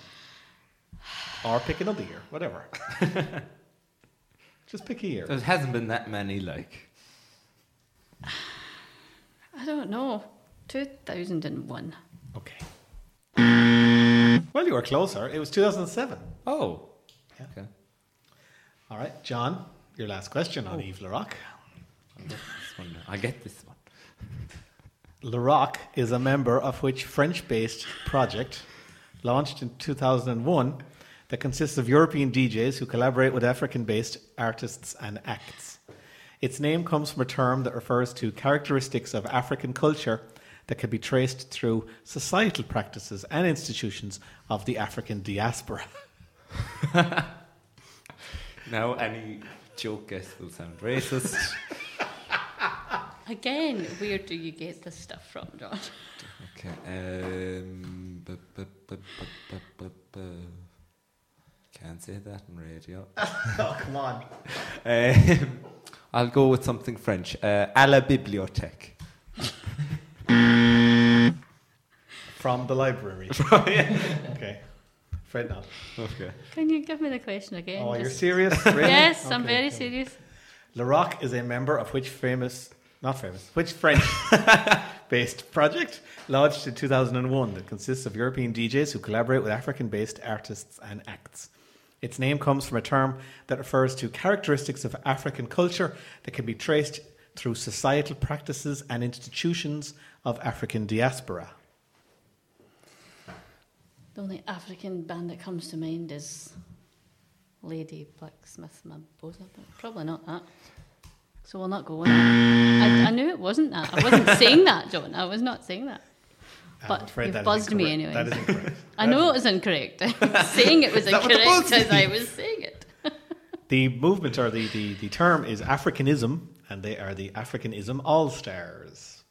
Speaker 1: or pick another year, whatever. just pick a year.
Speaker 3: There hasn't been that many, like.
Speaker 2: I don't know. 2001.
Speaker 1: Okay. Well, you were closer. It was 2007.
Speaker 3: Oh.
Speaker 1: Yeah.
Speaker 3: Okay.
Speaker 1: All right, John, your last question on Eve LaRock.
Speaker 3: I get this one. now. I get this one.
Speaker 1: LaRock is a member of which French based project launched in 2001 that consists of European DJs who collaborate with African based artists and acts. Its name comes from a term that refers to characteristics of African culture that can be traced through societal practices and institutions of the African diaspora.
Speaker 3: Now, any joke guess will sound racist.
Speaker 2: Again, where do you get this stuff from, John?
Speaker 3: Okay. Um, bu- bu- bu- bu- bu- bu- bu- Can't say that on radio.
Speaker 1: oh, come on.
Speaker 3: um, I'll go with something French. Uh, à la bibliothèque.
Speaker 1: From the library. Okay. Fred now.
Speaker 3: Okay.
Speaker 2: Can you give me the question again?
Speaker 1: Oh, you're
Speaker 2: Just-
Speaker 1: serious? Really?
Speaker 2: Yes, I'm
Speaker 1: Okay,
Speaker 2: very
Speaker 1: cool.
Speaker 2: serious.
Speaker 1: LaRock is a member of which famous, not famous, which French based project launched in 2001 that consists of European DJs who collaborate with African based artists and acts. Its name comes from a term that refers to characteristics of African culture that can be traced through societal practices and institutions of African diaspora.
Speaker 2: The only African band that comes to mind is Lady Blacksmith Mambosa, but probably not that. So we'll not go with that. I, I knew it wasn't that. I wasn't saying that, John. I was not saying that.
Speaker 1: I'm
Speaker 2: But
Speaker 1: afraid
Speaker 2: you've
Speaker 1: that is
Speaker 2: buzzed me
Speaker 1: incorrect.
Speaker 2: anyway.
Speaker 1: That is incorrect.
Speaker 2: I know it was incorrect. saying it was
Speaker 1: that what the
Speaker 2: incorrect
Speaker 1: buzz
Speaker 2: as I
Speaker 1: is?
Speaker 2: was saying it.
Speaker 1: The movement or the, the, the term is Africanism, and they are the Africanism All Stars.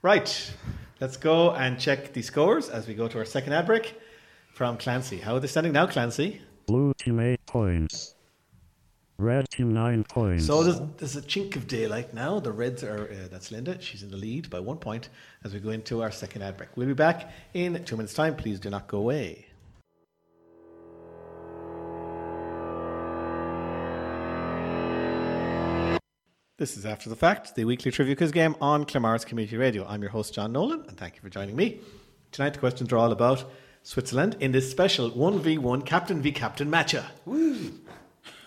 Speaker 1: Right, let's go and check the scores as we go to our second ad break from Clancy. How are they standing now, Clancy?
Speaker 4: Blue team 8 points. Red team 9 points.
Speaker 1: So there's, there's a chink of daylight now. The Reds are, uh, that's Linda, she's in the lead by one point as we go into our second ad break. We'll be back in two minutes' time. Please do not go away. This is After the Fact, the weekly trivia quiz game on Clamars Community Radio. I'm your host, John Nolan, and thank you for joining me. Tonight, the questions are all about Switzerland in this special 1v1 Captain v Captain matcha.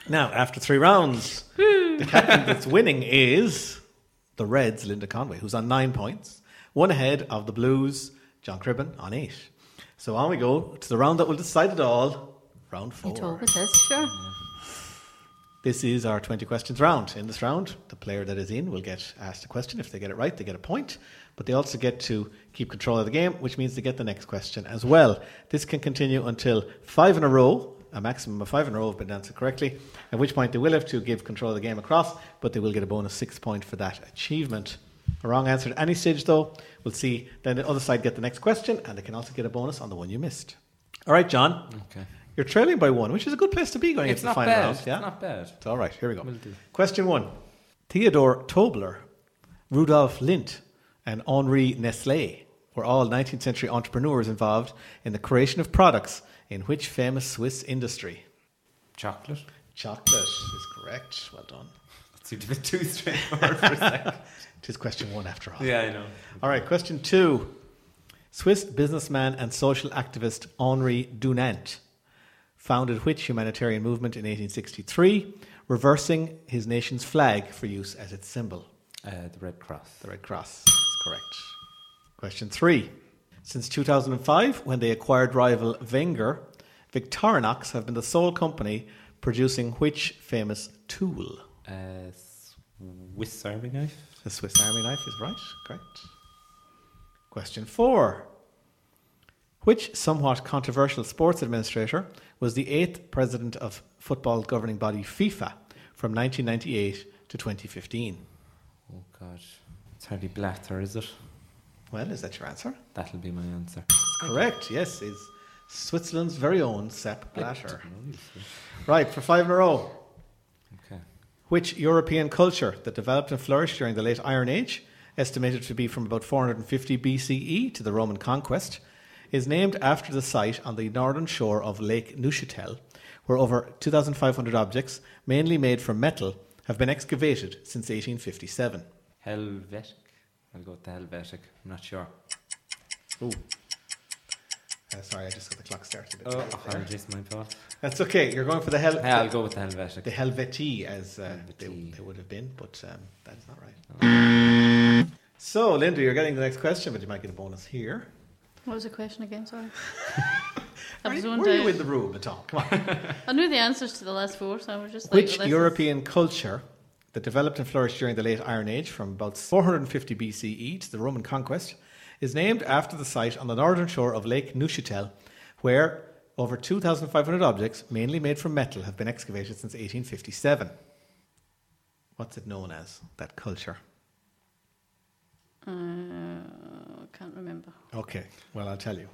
Speaker 1: Now, after three rounds, the captain that's winning is the Reds, Linda Conway, who's on nine points, one ahead of the Blues, John Cribben, on eight. So on we go to the round that will decide it all, round four.
Speaker 2: It always is, sure.
Speaker 1: This is our 20 questions round. In this round, the player that is in will get asked a question. If they get it right, they get a point, but they also get to keep control of the game, which means they get the next question as well. This can continue until five in a row, a maximum of five in a row have been answered correctly, at which point they will have to give control of the game across, but they will get a bonus six point for that achievement. A wrong answer at any stage, though, we'll see. Then the other side get the next question, and they can also get a bonus on the one you missed. All right, John.
Speaker 3: Okay.
Speaker 1: You're trailing by one, which is a good place to be going
Speaker 3: Mm. It's
Speaker 1: into the
Speaker 3: not
Speaker 1: final
Speaker 3: bad.
Speaker 1: round.
Speaker 3: It's
Speaker 1: Yeah?
Speaker 3: not bad.
Speaker 1: It's all right. Here we go. Question one: Theodore Tobler, Rudolf Lindt, and Henri Nestlé were all 19th-century entrepreneurs involved in the creation of products in which famous Swiss industry?
Speaker 3: Chocolate.
Speaker 1: Chocolate is correct. Well done.
Speaker 3: That seemed a bit too straightforward for a second.
Speaker 1: It is question one after all.
Speaker 3: yeah, I know.
Speaker 1: All right. Question two: Swiss businessman and social activist Henri Dunant founded which humanitarian movement in 1863, reversing his nation's flag for use as its symbol?
Speaker 3: Uh, the Red Cross.
Speaker 1: The Red Cross is correct. Question three. Since 2005, when they acquired rival Wenger, Victorinox have been the sole company producing which famous tool?
Speaker 3: Uh, Swiss Army knife.
Speaker 1: The Swiss Army knife is right. Great. Question four. Which somewhat controversial sports administrator was the eighth president of football governing body FIFA from 1998 to 2015?
Speaker 3: Oh God, it's hardly Blatter, is it?
Speaker 1: Well, is that your answer?
Speaker 3: That'll be my answer.
Speaker 1: It's correct. Yes, it's Switzerland's very own Sepp Blatter. Right, for five in a row.
Speaker 3: Okay.
Speaker 1: Which European culture that developed and flourished during the late Iron Age, estimated to be from about 450 BCE E to the Roman conquest, is named after the site on the northern shore of Lake Neuchatel, where over 2,500 objects, mainly made from metal, have been excavated since 1857.
Speaker 3: Helvetic. I'll go with the Helvetic. I'm not sure.
Speaker 1: Ooh. Uh, sorry, I just got the clock started.
Speaker 3: Oh, apologies, my fault.
Speaker 1: That's okay. You're going for the hell.
Speaker 3: Hey, I'll go with the
Speaker 1: the
Speaker 3: Helvetic.
Speaker 1: Helvetii as uh, they,
Speaker 3: Helvetii.
Speaker 1: they would have been, but um, that is not right. So, Linda, you're getting the next question, but you might get a bonus here.
Speaker 2: What was the question again? Sorry. I
Speaker 1: Were
Speaker 2: was
Speaker 1: you,
Speaker 2: zoned
Speaker 1: were you
Speaker 2: out.
Speaker 1: in the room at all? Come on.
Speaker 2: I knew the answers to the last four, so I was just like,
Speaker 1: Which
Speaker 2: well, this
Speaker 1: European culture that developed and flourished during the late Iron Age from about 450 BCE E to the Roman conquest is named after the site on the northern shore of Lake Neuchatel, where over 2,500 objects, mainly made from metal, have been excavated since 1857. What's it known as, that culture?
Speaker 2: Is, uh, can't remember.
Speaker 1: Okay, well, I'll tell you.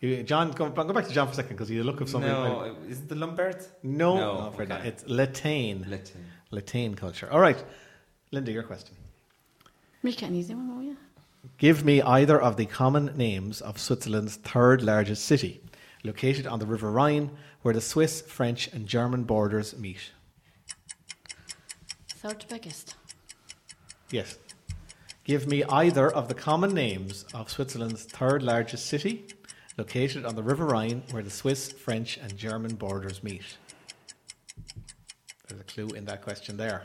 Speaker 1: You- John, go, go back to John for a second because you look of something.
Speaker 3: No, is it the Lombards?
Speaker 1: no,
Speaker 3: No,
Speaker 1: I'm afraid
Speaker 3: okay.
Speaker 1: not. It's Latane.
Speaker 3: Latin.
Speaker 1: Latane culture. All right, Linda, your question.
Speaker 2: Make it an easy one, will you?
Speaker 1: Give me either of the common names of Switzerland's third largest city, located on the River Rhine, where the Swiss, French, and German borders meet.
Speaker 2: Third biggest.
Speaker 1: Yes. Give me either of the common names of Switzerland's third largest city, located on the River Rhine, where the Swiss, French, and German borders meet. There's a clue in that question there.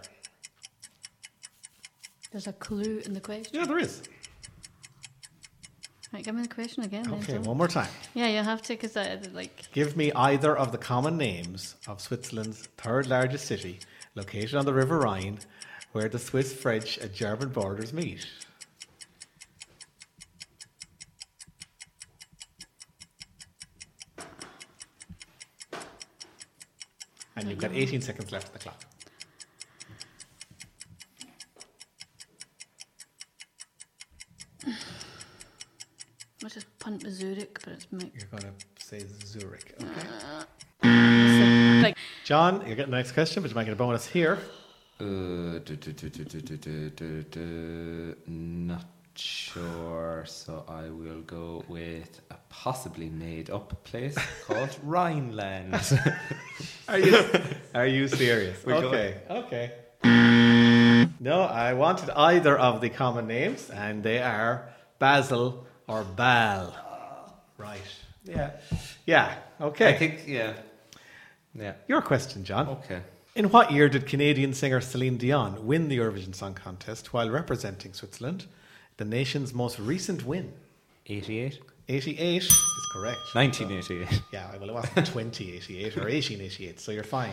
Speaker 2: There's a clue in the question.
Speaker 1: Yeah, there is.
Speaker 2: Right, give me the question again. then,
Speaker 1: Okay,
Speaker 2: John.
Speaker 1: one more time.
Speaker 2: Yeah, you have to, because I like.
Speaker 1: Give me either of the common names of Switzerland's third largest city, located on the River Rhine, where the Swiss, French, and German borders meet. And you've got 18 seconds left of the clock.
Speaker 2: I just punt with Zurich, but it's Mike.
Speaker 1: You're going to say Zurich. Okay. Mm.
Speaker 2: It's a big-
Speaker 1: John, you're getting the next question, but you might get a bonus here.
Speaker 3: Uh, du- du- du- du- du- du- du- du- du- Not sure, so I will go with a possibly made up place called Rhineland.
Speaker 1: Are you, are you serious?
Speaker 3: We're
Speaker 1: okay. Okay. No, I wanted either of the common names, and they are Basil or Bal. Right.
Speaker 3: yeah.
Speaker 1: Yeah.
Speaker 3: I
Speaker 1: Okay.
Speaker 3: think, yeah. Yeah.
Speaker 1: Your question, John.
Speaker 3: Okay.
Speaker 1: In what year did Canadian singer Celine Dion win the Eurovision Song Contest while representing Switzerland? The nation's most recent win.
Speaker 3: 88?
Speaker 1: 88 is correct.
Speaker 3: 1988.
Speaker 1: Yeah, well, it wasn't 2088 or 1888, so you're fine.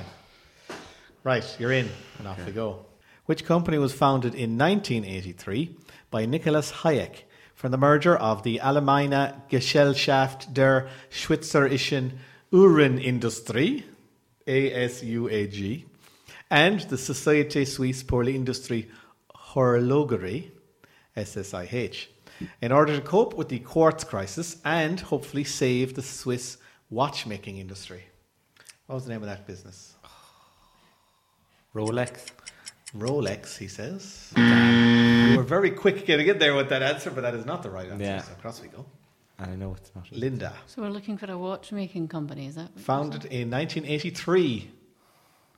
Speaker 1: Right, you're in, and off we go. Which company was founded in 1983 by Nicholas Hayek from the merger of the Allgemeine Gesellschaft der Schweizerischen Uhrenindustrie, ASUAG, and the Société Suisse pour l'Industrie Horlogerie, SSIH, in order to cope with the quartz crisis and hopefully save the Swiss watchmaking industry. What was the name of that business?
Speaker 3: Rolex.
Speaker 1: Rolex, he says. you were very quick getting in there with that answer, but that is not the right answer.
Speaker 3: Mm. Yeah.
Speaker 1: So across we go.
Speaker 3: I know it's not.
Speaker 1: Linda,
Speaker 2: So we're looking for a watchmaking company, is that? what you
Speaker 1: founded
Speaker 2: said?
Speaker 1: in 1983,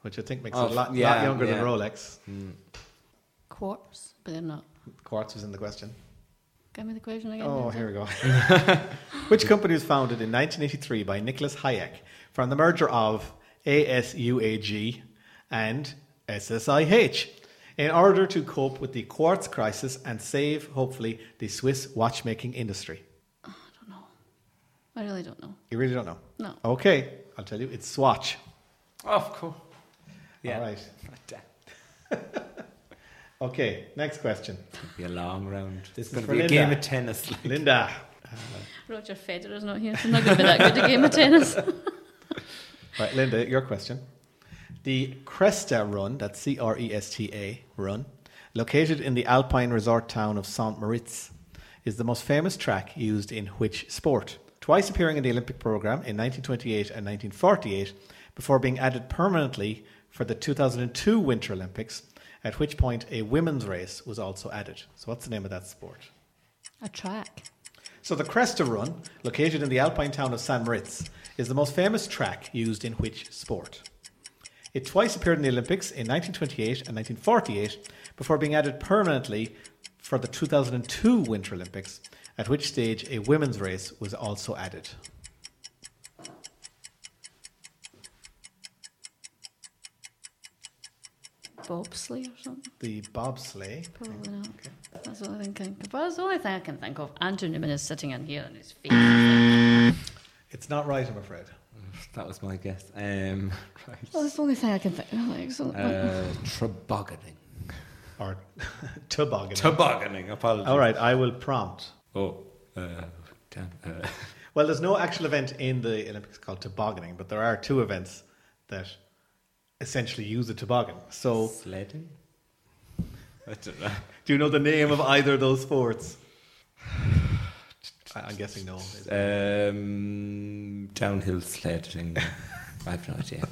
Speaker 1: which I think makes
Speaker 3: Oh,
Speaker 1: it a lot, lot
Speaker 3: yeah,
Speaker 1: younger than
Speaker 3: yeah.
Speaker 1: Rolex.
Speaker 2: Quartz, but they're not.
Speaker 1: Quartz was in the question.
Speaker 2: Give me the question again.
Speaker 1: Oh,
Speaker 2: then,
Speaker 1: here we go. Which company was founded in 1983 by Nicholas Hayek from the merger of ASUAG and SSIH in order to cope with the quartz crisis and save, hopefully, the Swiss watchmaking industry?
Speaker 2: I don't know. I really don't know.
Speaker 1: You really don't know?
Speaker 2: No.
Speaker 1: Okay, I'll tell you. It's Swatch.
Speaker 3: Of course. Yeah.
Speaker 1: All right.
Speaker 3: Damn.
Speaker 1: Okay, next question.
Speaker 3: Be a long round.
Speaker 1: This
Speaker 3: This
Speaker 1: is
Speaker 3: is going
Speaker 1: for
Speaker 3: to be a
Speaker 1: Linda.
Speaker 3: game of tennis. Like.
Speaker 1: Linda.
Speaker 2: Roger Federer's not here, so I'm not going to be that good a game of tennis.
Speaker 1: Right, Linda, your question. The Cresta Run, that's C R E S T A run, located in the alpine resort town of St. Moritz, is the most famous track used in which sport? Twice appearing in the Olympic program in 1928 and 1948, before being added permanently for the 2002 Winter Olympics, at which point a women's race was also added. So, what's the name of that sport?
Speaker 2: A track.
Speaker 1: So the Cresta Run, located in the alpine town of San Moritz, is the most famous track used in which sport? It twice appeared in the Olympics in 1928 and 1948 before being added permanently for the 2002 Winter Olympics, at which stage a women's race was also added.
Speaker 2: Bobsleigh or something?
Speaker 1: The bobsleigh.
Speaker 2: Probably not. That's all I can think of. Well, That's the only thing I can think of. Andrew Newman is sitting in here and his face. is like-
Speaker 1: It's not right, I'm afraid.
Speaker 3: That was my guess. Um,
Speaker 2: well,
Speaker 3: right.
Speaker 2: that's the only thing I can think of. Like, so,
Speaker 3: Uh, tobogganing.
Speaker 1: Or toboggan.
Speaker 3: Tobogganing, apologies.
Speaker 1: All right, I will prompt.
Speaker 3: Oh, uh, damn. Uh,
Speaker 1: Well, there's no actual event in the Olympics called tobogganing, but there are two events that essentially use a toboggan. So,
Speaker 3: sledding? I don't know.
Speaker 1: do you know the name of either of those sports? I- I'm guessing no.
Speaker 3: Um, downhill sledding. I have no idea.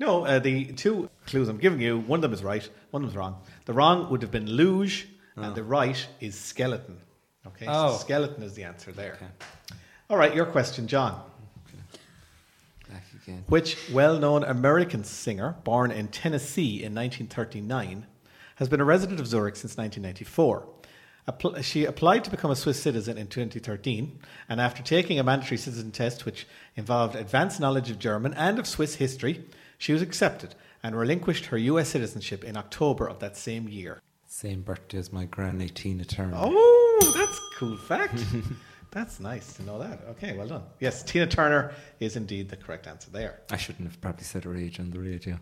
Speaker 1: No, uh, the two clues I'm giving you, one of them is right, one of them is wrong. The wrong would have been luge, and the right is skeleton. Okay, so
Speaker 3: Oh.
Speaker 1: skeleton is the answer there.
Speaker 3: Okay.
Speaker 1: All right, your question, John.
Speaker 3: Back again.
Speaker 1: Which well known American singer, born in Tennessee in 1939, has been a resident of Zurich since 1994. Appl- She applied to become a Swiss citizen in 2013, and after taking a mandatory citizen test which involved advanced knowledge of German and of Swiss history, she was accepted and relinquished her US citizenship in October of that same year.
Speaker 3: Same birthday as my granny Tina Turner.
Speaker 1: Oh, that's a cool fact. that's nice to know that. Okay, well done. Yes, Tina Turner is indeed the correct answer there.
Speaker 3: I shouldn't have probably said her age on the radio.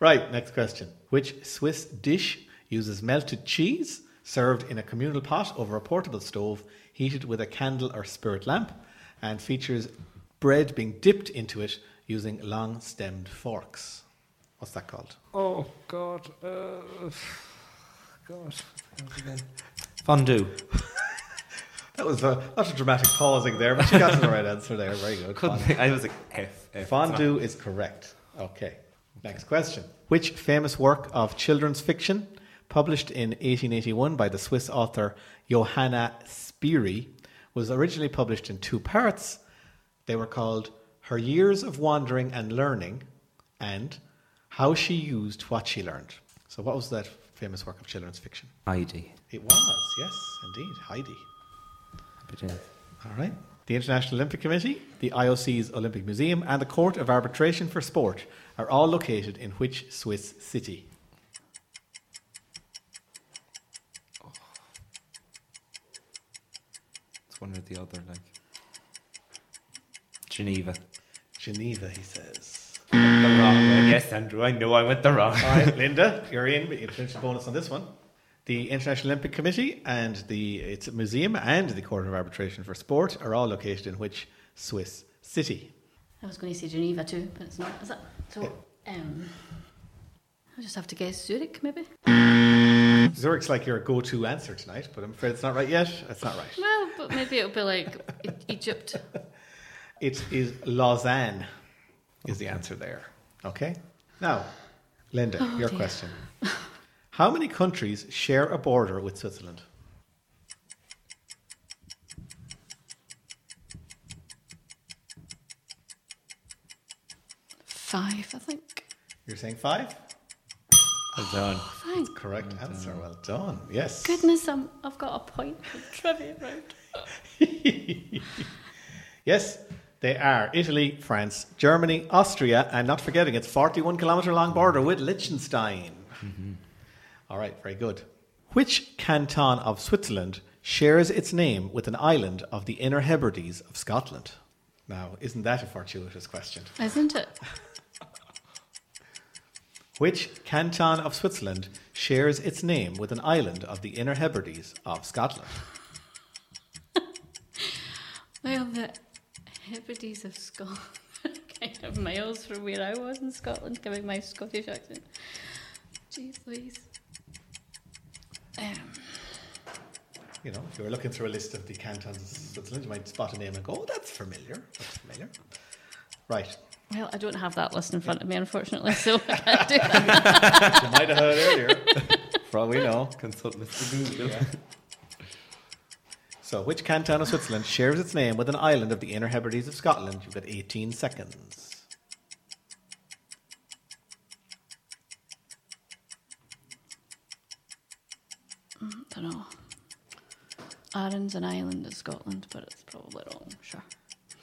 Speaker 1: Right, next question. Which Swiss dish uses melted cheese served in a communal pot over a portable stove, heated with a candle or spirit lamp, and features bread being dipped into it using long stemmed forks? What's that called?
Speaker 3: Oh God, uh, God, fondue.
Speaker 1: That was a, not a dramatic pausing there, but you got to the right answer there. Very good.
Speaker 3: Couldn't think. I was like F. F
Speaker 1: Fondue is correct. Okay. Next question. Which famous work of children's fiction, published in 1881 by the Swiss author Johanna Spiri, was originally published in two parts? They were called Her Years of Wandering and Learning and How She Used What She Learned. So, what was that famous work of children's fiction?
Speaker 3: Heidi.
Speaker 1: It was, yes, indeed, Heidi.
Speaker 3: But, uh,
Speaker 1: All right. The International Olympic Committee, the IOC's Olympic Museum, and the Court of Arbitration for Sport are all located in which Swiss city?
Speaker 3: It's one or the other, like Geneva.
Speaker 1: Geneva, he says.
Speaker 3: yes, Andrew. I know I went the wrong.
Speaker 1: All right, Linda, you're in. but You finish the bonus on this one. The International Olympic Committee and the its museum and the Court of Arbitration for Sport are all located in which Swiss city?
Speaker 2: I was going to say Geneva too, but it's not, is it? So, um, I just have to guess Zurich, maybe?
Speaker 1: Zurich's like your go-to answer tonight, but I'm afraid it's not right yet. It's not right.
Speaker 2: Well, but maybe it'll be like E- Egypt.
Speaker 1: It is Lausanne, is the answer there. Okay. Now, Linda, your
Speaker 2: Oh, dear.
Speaker 1: question. How many countries share a border with Switzerland?
Speaker 2: Five, I think.
Speaker 1: You're saying five?
Speaker 3: Well done.
Speaker 2: Thank
Speaker 1: Correct answer. Well done. Yes.
Speaker 2: goodness I'm, I've got a point for trivia round.
Speaker 1: Yes, they are Italy, France, Germany, Austria, and not forgetting its 41 kilometer long border with Liechtenstein. All right, very good. Which canton of Switzerland shares its name with an island of the Inner Hebrides of Scotland? Now, isn't that a fortuitous question?
Speaker 2: Isn't it?
Speaker 1: Which canton of Switzerland shares its name with an island of the Inner Hebrides of Scotland?
Speaker 2: Well, the Hebrides of Scotland, kind of miles from where I was in Scotland, giving my Scottish accent. Jeez Louise. Um,
Speaker 1: You know, if you were looking through a list of the cantons of Switzerland, you might spot a name and go, oh, that's familiar. That's familiar. Right.
Speaker 2: well, I don't have that list in front of me, unfortunately, so I can't do that.
Speaker 1: You might have heard earlier. For all we know.
Speaker 3: Consult Mr. Google.
Speaker 1: So, which canton of Switzerland shares its name with an island of the Inner Hebrides of Scotland? You've got 18 seconds.
Speaker 2: don't know. Arran's an island in Scotland, but it's probably wrong, sure.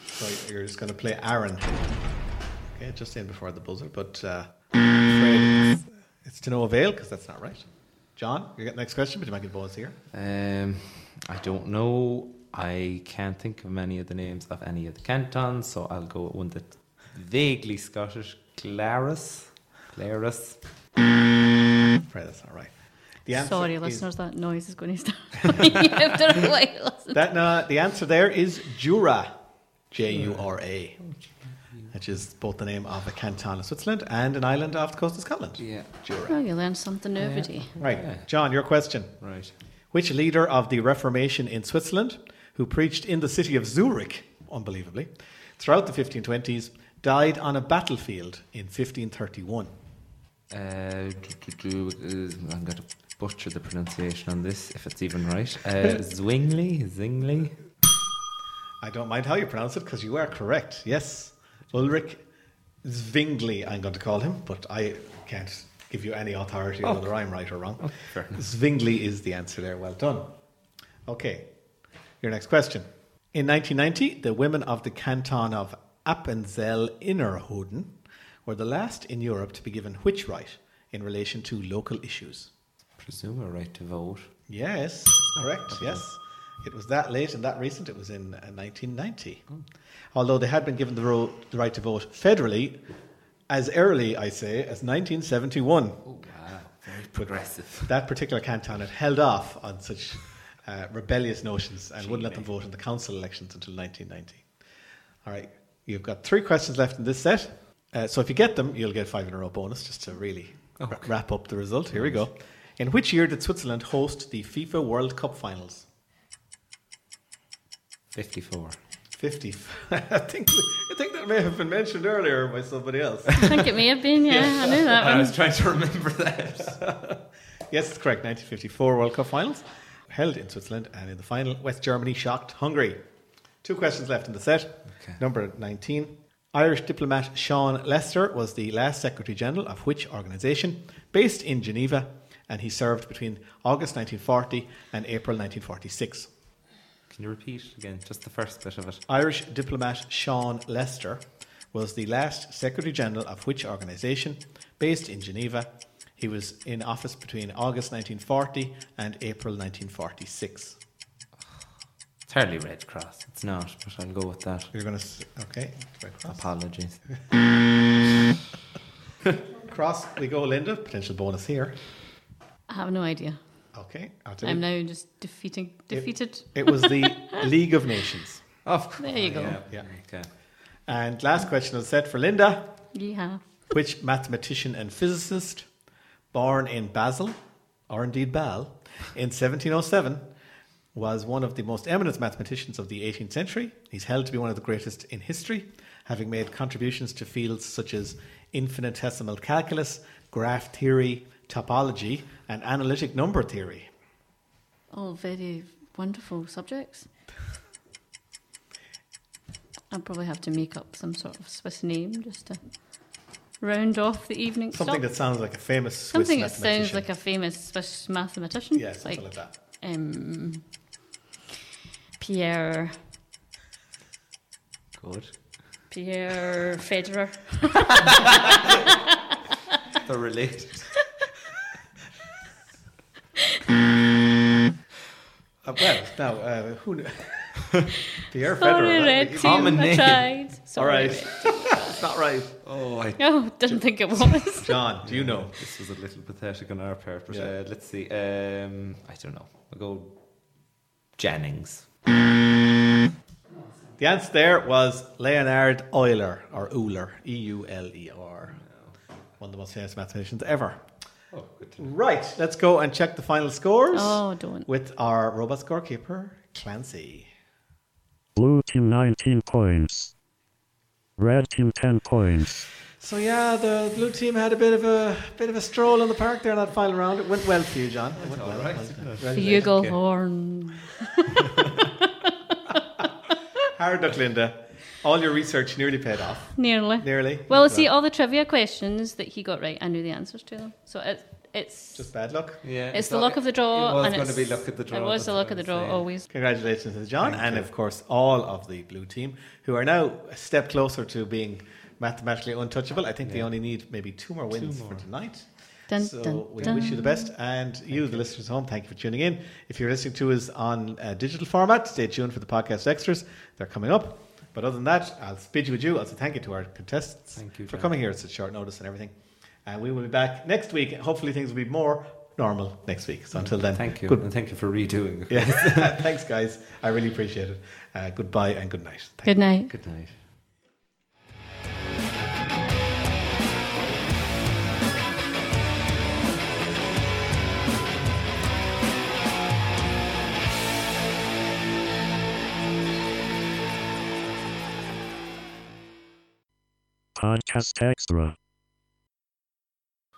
Speaker 1: So you're just going to play Aaron. Okay, just in before the buzzer, but uh, I'm afraid it's, it's to no avail because that's not right. John, you got the next question, but you might get bonus here.
Speaker 3: Um, I don't know. I can't think of many of the names of any of the cantons, so I'll go with one that's vaguely Scottish. Claris. Claris.
Speaker 1: I'm afraid that's not right. The answer
Speaker 2: Sorry,
Speaker 1: is-
Speaker 2: listeners, that noise is going to start after a while. isn't it?
Speaker 1: That no, the answer there is Jura, J U R A, which is both the name of a canton of Switzerland and an island off the coast of Scotland.
Speaker 3: Yeah.
Speaker 1: Jura.
Speaker 2: Well, you learn something new every day.
Speaker 3: Yeah.
Speaker 1: Right, John, your question.
Speaker 3: Right.
Speaker 1: Which leader of the Reformation in Switzerland, who preached in the city of Zurich, unbelievably, throughout the 1520s, died on a battlefield in 1531?
Speaker 3: Uh, do, do, do, uh, I'm going to butcher the pronunciation on this, if it's even right. Uh, Zwingli? Zingli?
Speaker 1: I don't mind how you pronounce it because you are correct. Yes, Ulrich Zwingli, I'm going to call him, but I can't give you any authority on whether I'm right or wrong.
Speaker 3: Oh. fair enough.
Speaker 1: Zwingli is the answer there. Well done. Okay, your next question. In 1990, the women of the canton of Appenzell Innerrhoden were the last in Europe to be given which right in relation to local issues?
Speaker 3: Presume a right to vote.
Speaker 1: Yes, correct. Yes, it was that late and that recent. It was in uh, 1990. Although they had been given the, ro- the right to vote federally as early, I say, as 1971.
Speaker 3: Oh, wow. Very progressive.
Speaker 1: That particular canton had held off on such uh, rebellious notions and wouldn't let them vote in the council elections until 1990. All right, you've got three questions left in this set. Uh, so if you get them, you'll get five in a row bonus just to really wra- wrap up the result. Here we go. In which year did Switzerland host the FIFA World Cup finals?
Speaker 3: 54.
Speaker 1: 50. I think I think that may have been mentioned earlier by somebody else.
Speaker 2: I think it may have been, yeah, I knew that
Speaker 3: I
Speaker 1: Uh,
Speaker 2: one.
Speaker 3: was trying to remember that.
Speaker 1: yes, it's correct. 1954 World Cup finals held in Switzerland, and in the final, West Germany shocked Hungary. Two questions left in the set.
Speaker 3: Okay.
Speaker 1: Number 19. Irish diplomat Sean Lester was the last Secretary General of which organisation, based in Geneva, and he served between August 1940 and April 1946.
Speaker 3: Can you repeat again, just the first bit of it?
Speaker 1: Irish diplomat Sean Lester was the last Secretary General of which organisation, based in Geneva. He was in office between August 1940 and April 1946.
Speaker 3: It's hardly Red Cross. It's not, but I'll go with that.
Speaker 1: You're going to. Okay. Red Cross.
Speaker 3: Apologies.
Speaker 1: Cross we go, Linda. Potential bonus here.
Speaker 2: I have no idea.
Speaker 1: Okay. I'll tell you.
Speaker 2: I'm now just defeating, defeated.
Speaker 1: It was the League of Nations.
Speaker 3: Of course.
Speaker 2: There you go.
Speaker 3: Yeah.
Speaker 1: Yeah.
Speaker 3: Okay.
Speaker 1: And last question on the set for Linda.
Speaker 2: Yeehaw.
Speaker 1: Which mathematician and physicist, born in Basel, or indeed Basel, in 1707, was one of the most eminent mathematicians of the 18th century? He's held to be one of the greatest in history, having made contributions to fields such as infinitesimal calculus, graph theory, topology, and analytic number theory.
Speaker 2: All very wonderful subjects. I'll probably have to make up some sort of Swiss name just to round off the evening.
Speaker 1: Something
Speaker 2: Stop.
Speaker 1: that sounds like a famous Swiss
Speaker 2: Something that
Speaker 1: mathematician.
Speaker 2: sounds like a famous Swiss mathematician.
Speaker 1: yeah, something like that.
Speaker 2: Um, Pierre,
Speaker 3: Good.
Speaker 2: Pierre Federer.
Speaker 3: They're related.
Speaker 1: Uh, well, now, uh, who kn- Pierre
Speaker 2: Sorry,
Speaker 1: Federer.
Speaker 2: Red Team. I
Speaker 3: Promenade.
Speaker 2: tried.
Speaker 1: All
Speaker 2: Sorry,
Speaker 1: right.
Speaker 2: Red.
Speaker 1: It's not right.
Speaker 3: Oh, I
Speaker 2: No, didn't think it was.
Speaker 1: John, do you know?
Speaker 3: This was a little pathetic on our part, but
Speaker 1: Yeah.
Speaker 3: uh, let's see. Um, I don't know. We'll go Jennings.
Speaker 1: The answer there was Leonhard Euler, or Euler, E U L E R. One of the most famous mathematicians ever.
Speaker 3: Oh, good to
Speaker 1: Right, let's go and check the final scores
Speaker 2: oh, don't.
Speaker 1: with our robot scorekeeper, Clancy.
Speaker 4: Blue team 19 points. Red team 10 points.
Speaker 1: So yeah, the blue team had a bit of a bit of a stroll in the park there in that final round. It went well for you, John. It went well.
Speaker 3: right.
Speaker 2: Bugle horn.
Speaker 1: Hard luck, Linda. All your research nearly paid off.
Speaker 2: Nearly.
Speaker 1: Nearly.
Speaker 2: Well, see, all the trivia questions that he got right, I knew the answers to them. So it, it's
Speaker 1: just bad luck.
Speaker 3: Yeah,
Speaker 2: it's the luck of the draw.
Speaker 3: It was
Speaker 2: and
Speaker 3: going
Speaker 2: it's-
Speaker 3: to be luck of the draw.
Speaker 2: It was the
Speaker 3: that's
Speaker 2: luck
Speaker 3: what
Speaker 2: of the
Speaker 3: I'm
Speaker 2: draw,
Speaker 3: saying.
Speaker 2: always.
Speaker 1: Congratulations to John and, of course, all of the blue team who are now a step closer to being mathematically untouchable. I think they only need maybe two more wins for tonight.
Speaker 2: Dun,
Speaker 1: so
Speaker 2: dun,
Speaker 1: we
Speaker 2: dun.
Speaker 1: wish you the best, and you, the listeners at home, thank you for tuning in. If you're listening to us on uh, digital format, stay tuned for the podcast extras; they're coming up. But other than that, I'll bid you adieu. I'll say thank you to our contestants
Speaker 3: Thank you,
Speaker 1: for
Speaker 3: John.
Speaker 1: coming here at such short notice and everything. And we will be back next week. Hopefully, things will be more normal next week. So until then,
Speaker 3: Thank you.
Speaker 1: good-
Speaker 3: And thank you for redoing it.
Speaker 1: yeah. Thanks, guys. I really appreciate it. Uh, goodbye and good night. Thank
Speaker 2: Good night.
Speaker 3: Good night.
Speaker 4: Podcast Extra.
Speaker 1: you.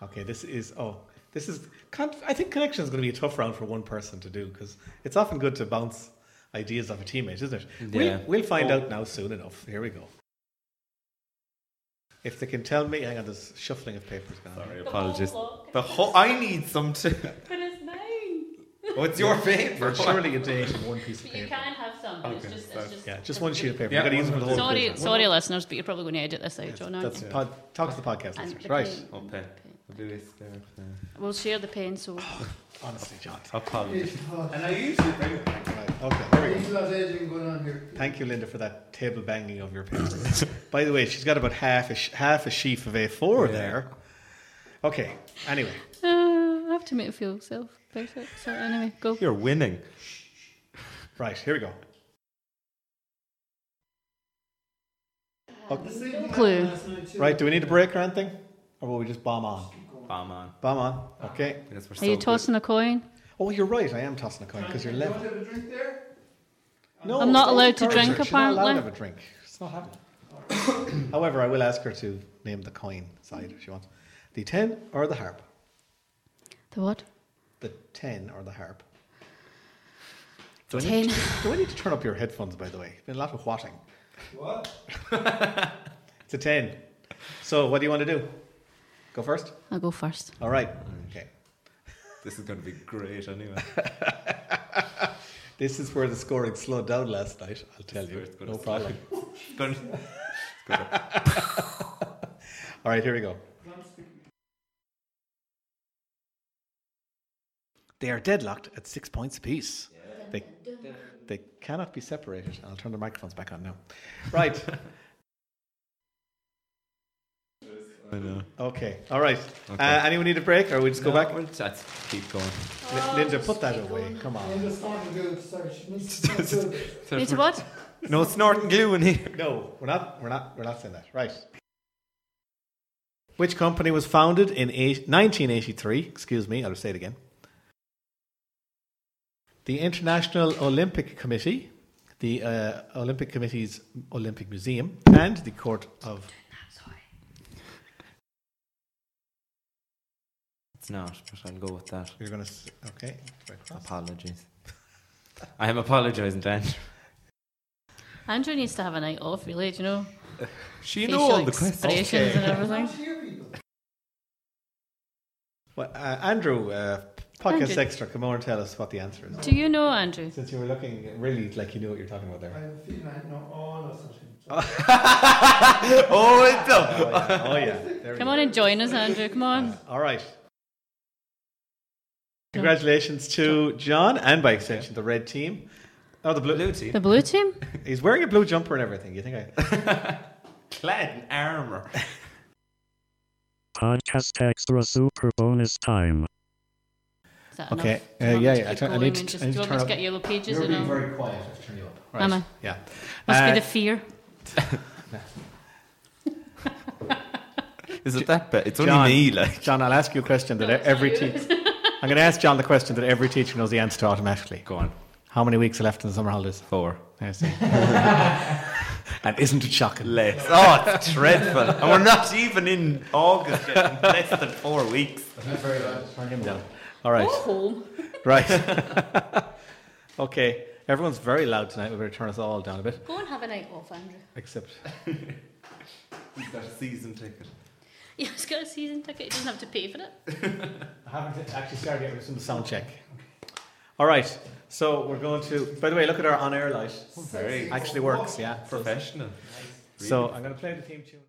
Speaker 1: Okay, this is oh, this is. Con- I think connection is going to be a tough round for one person to do because it's often good to bounce ideas off a teammate, isn't it?
Speaker 3: Yeah. Oh.
Speaker 1: We'll, we'll find out now soon enough. Here we go. If they can tell me, hang on, there's shuffling of papers. Going on.
Speaker 3: Sorry, apologies. The whole I need some too.
Speaker 2: But it's mine.
Speaker 3: Oh, it's your favorite.
Speaker 1: Surely a day in one piece of
Speaker 2: But you
Speaker 1: paper.
Speaker 2: can have some. but It's
Speaker 3: Okay,
Speaker 2: just, it's just,
Speaker 1: Yeah, just one sheet of paper.
Speaker 3: Yeah,
Speaker 1: You've got to use it for the whole
Speaker 2: Sorry,
Speaker 1: paper.
Speaker 2: sorry, listeners, but you're probably going to edit this out, John. Aren't
Speaker 1: That's
Speaker 2: you?
Speaker 1: pod- talk to the podcast
Speaker 2: And
Speaker 1: listeners.
Speaker 2: the
Speaker 1: Right.
Speaker 2: pen.
Speaker 3: Okay. I'll do this there.
Speaker 2: We'll share the pen. So uh,
Speaker 1: Honestly, John.
Speaker 3: Apologies.
Speaker 1: Right, Okay, there we go. Thank you, Linda, for that table banging of your papers. By the way, she's got about half a sh- half a sheaf of A4
Speaker 3: Yeah.
Speaker 1: there. Okay. Anyway,
Speaker 2: uh, I have to make it feel self perfect. So anyway, go.
Speaker 3: You're winning.
Speaker 1: right here we go. Okay.
Speaker 2: Clue.
Speaker 1: Right. Do we need a break or anything, or will we just bomb on?
Speaker 3: Bomb on.
Speaker 1: Bomb on. Okay.
Speaker 3: Because we're
Speaker 2: Are you
Speaker 3: so
Speaker 2: tossing a coin?
Speaker 1: Oh, you're right. I am tossing a coin because you're left. No,
Speaker 2: I'm not
Speaker 1: don't
Speaker 2: allowed to
Speaker 1: encourage
Speaker 2: drink,
Speaker 1: her. She's not allowed to
Speaker 2: apparently.
Speaker 1: have a drink. It's not happening. However, I will ask her to name the coin side if she wants. The ten or the harp.
Speaker 2: The what?
Speaker 1: the 10 or the harp. I
Speaker 2: Ten.
Speaker 1: need to- do I need to turn up your headphones, by the way? It's been a lot of whatting. What? it's a 10. So, what do you want to do? Go first?
Speaker 2: I'll go first.
Speaker 1: All right. Okay.
Speaker 3: good. This is going to be great anyway.
Speaker 1: This is where the scoring slowed down last night, I'll tell
Speaker 3: where
Speaker 1: you.
Speaker 3: it's gonna
Speaker 1: No
Speaker 3: slow
Speaker 1: problem.
Speaker 3: Gonna-
Speaker 1: All right, here we go. They are deadlocked at six points apiece. They, they cannot be separated. I'll turn the microphones back on now. Right.
Speaker 3: I know.
Speaker 1: Okay. All right. Uh, anyone need a break, or we just go back?
Speaker 3: We'll just keep going.
Speaker 1: L- Linda, put that away. Come on.
Speaker 2: Need to what?
Speaker 3: No snorting glue in here.
Speaker 1: No, we're not. We're not. We're not saying that. Right. Which company was founded in eight- 1983? Excuse me. I'll say it again. The International Olympic Committee, the uh, Olympic Committee's Olympic Museum, and the Court of.
Speaker 3: It's not, but I'll go with that.
Speaker 1: You're going to. Okay. right across.
Speaker 3: Apologies. I am apologising, Dan.
Speaker 2: Andrew needs to have a night off, really. Do you know?
Speaker 3: She
Speaker 2: Facial expressions
Speaker 1: Okay.
Speaker 2: and everything.
Speaker 1: Well, uh, Andrew, uh, podcast
Speaker 2: Andrew.
Speaker 1: extra, come over and tell us what the answer is.
Speaker 2: Do you know Andrew?
Speaker 1: Since you were looking really like you knew what you're talking about there.
Speaker 3: Oh, it's up.
Speaker 1: Oh yeah, oh, yeah. There we
Speaker 2: Come
Speaker 1: go.
Speaker 2: on and join us, Andrew. Come on.
Speaker 1: All right. Congratulations to John and by extension the red team Oh, the blue.
Speaker 3: Blue team.
Speaker 2: The blue team?
Speaker 1: He's wearing a blue jumper and everything. You think I?
Speaker 3: Clad in armor.
Speaker 4: Podcast extra super bonus time.
Speaker 2: Is that
Speaker 1: Okay,
Speaker 2: enough?
Speaker 1: uh,
Speaker 2: Do you want me
Speaker 1: yeah,
Speaker 2: to
Speaker 1: yeah, I
Speaker 2: keep
Speaker 1: try- I
Speaker 2: going
Speaker 1: need
Speaker 2: and
Speaker 1: to-
Speaker 2: just-
Speaker 1: I need to
Speaker 2: Do you want me to
Speaker 1: turn
Speaker 2: get
Speaker 1: up-
Speaker 2: yellow pages? and all?
Speaker 1: quiet. I'll turn you up.
Speaker 2: Am I?
Speaker 1: Yeah.
Speaker 2: Must
Speaker 1: Uh,
Speaker 2: be the fear.
Speaker 3: Is it that bad? It's
Speaker 1: John, John, I'll ask you a question that e-,
Speaker 2: No, it's not
Speaker 1: every
Speaker 2: you.
Speaker 1: teacher. I'm going to ask John the question that every teacher knows the answer to automatically.
Speaker 3: Go on.
Speaker 1: How many weeks are left in the summer holidays?
Speaker 3: Four.
Speaker 1: I see. and isn't it shocking?
Speaker 3: Less. Oh, it's dreadful. And we're not even in August yet. Less than four weeks.
Speaker 1: Turn him down. All right.
Speaker 2: Go home.
Speaker 1: Right. okay. Everyone's very loud tonight. We better turn us all down a bit,
Speaker 2: Go and have a night off, Andrew.
Speaker 1: except
Speaker 3: He's got a season ticket.
Speaker 2: Yeah, he's got a season ticket. He doesn't have to pay for it.
Speaker 1: I haven't actually started yet. We're just doing the sound check. All right. So we're going to. By the way, look at our on-air light.
Speaker 3: Very
Speaker 1: Actually works. Yeah.
Speaker 3: professional.
Speaker 1: So I'm going to play the theme tune.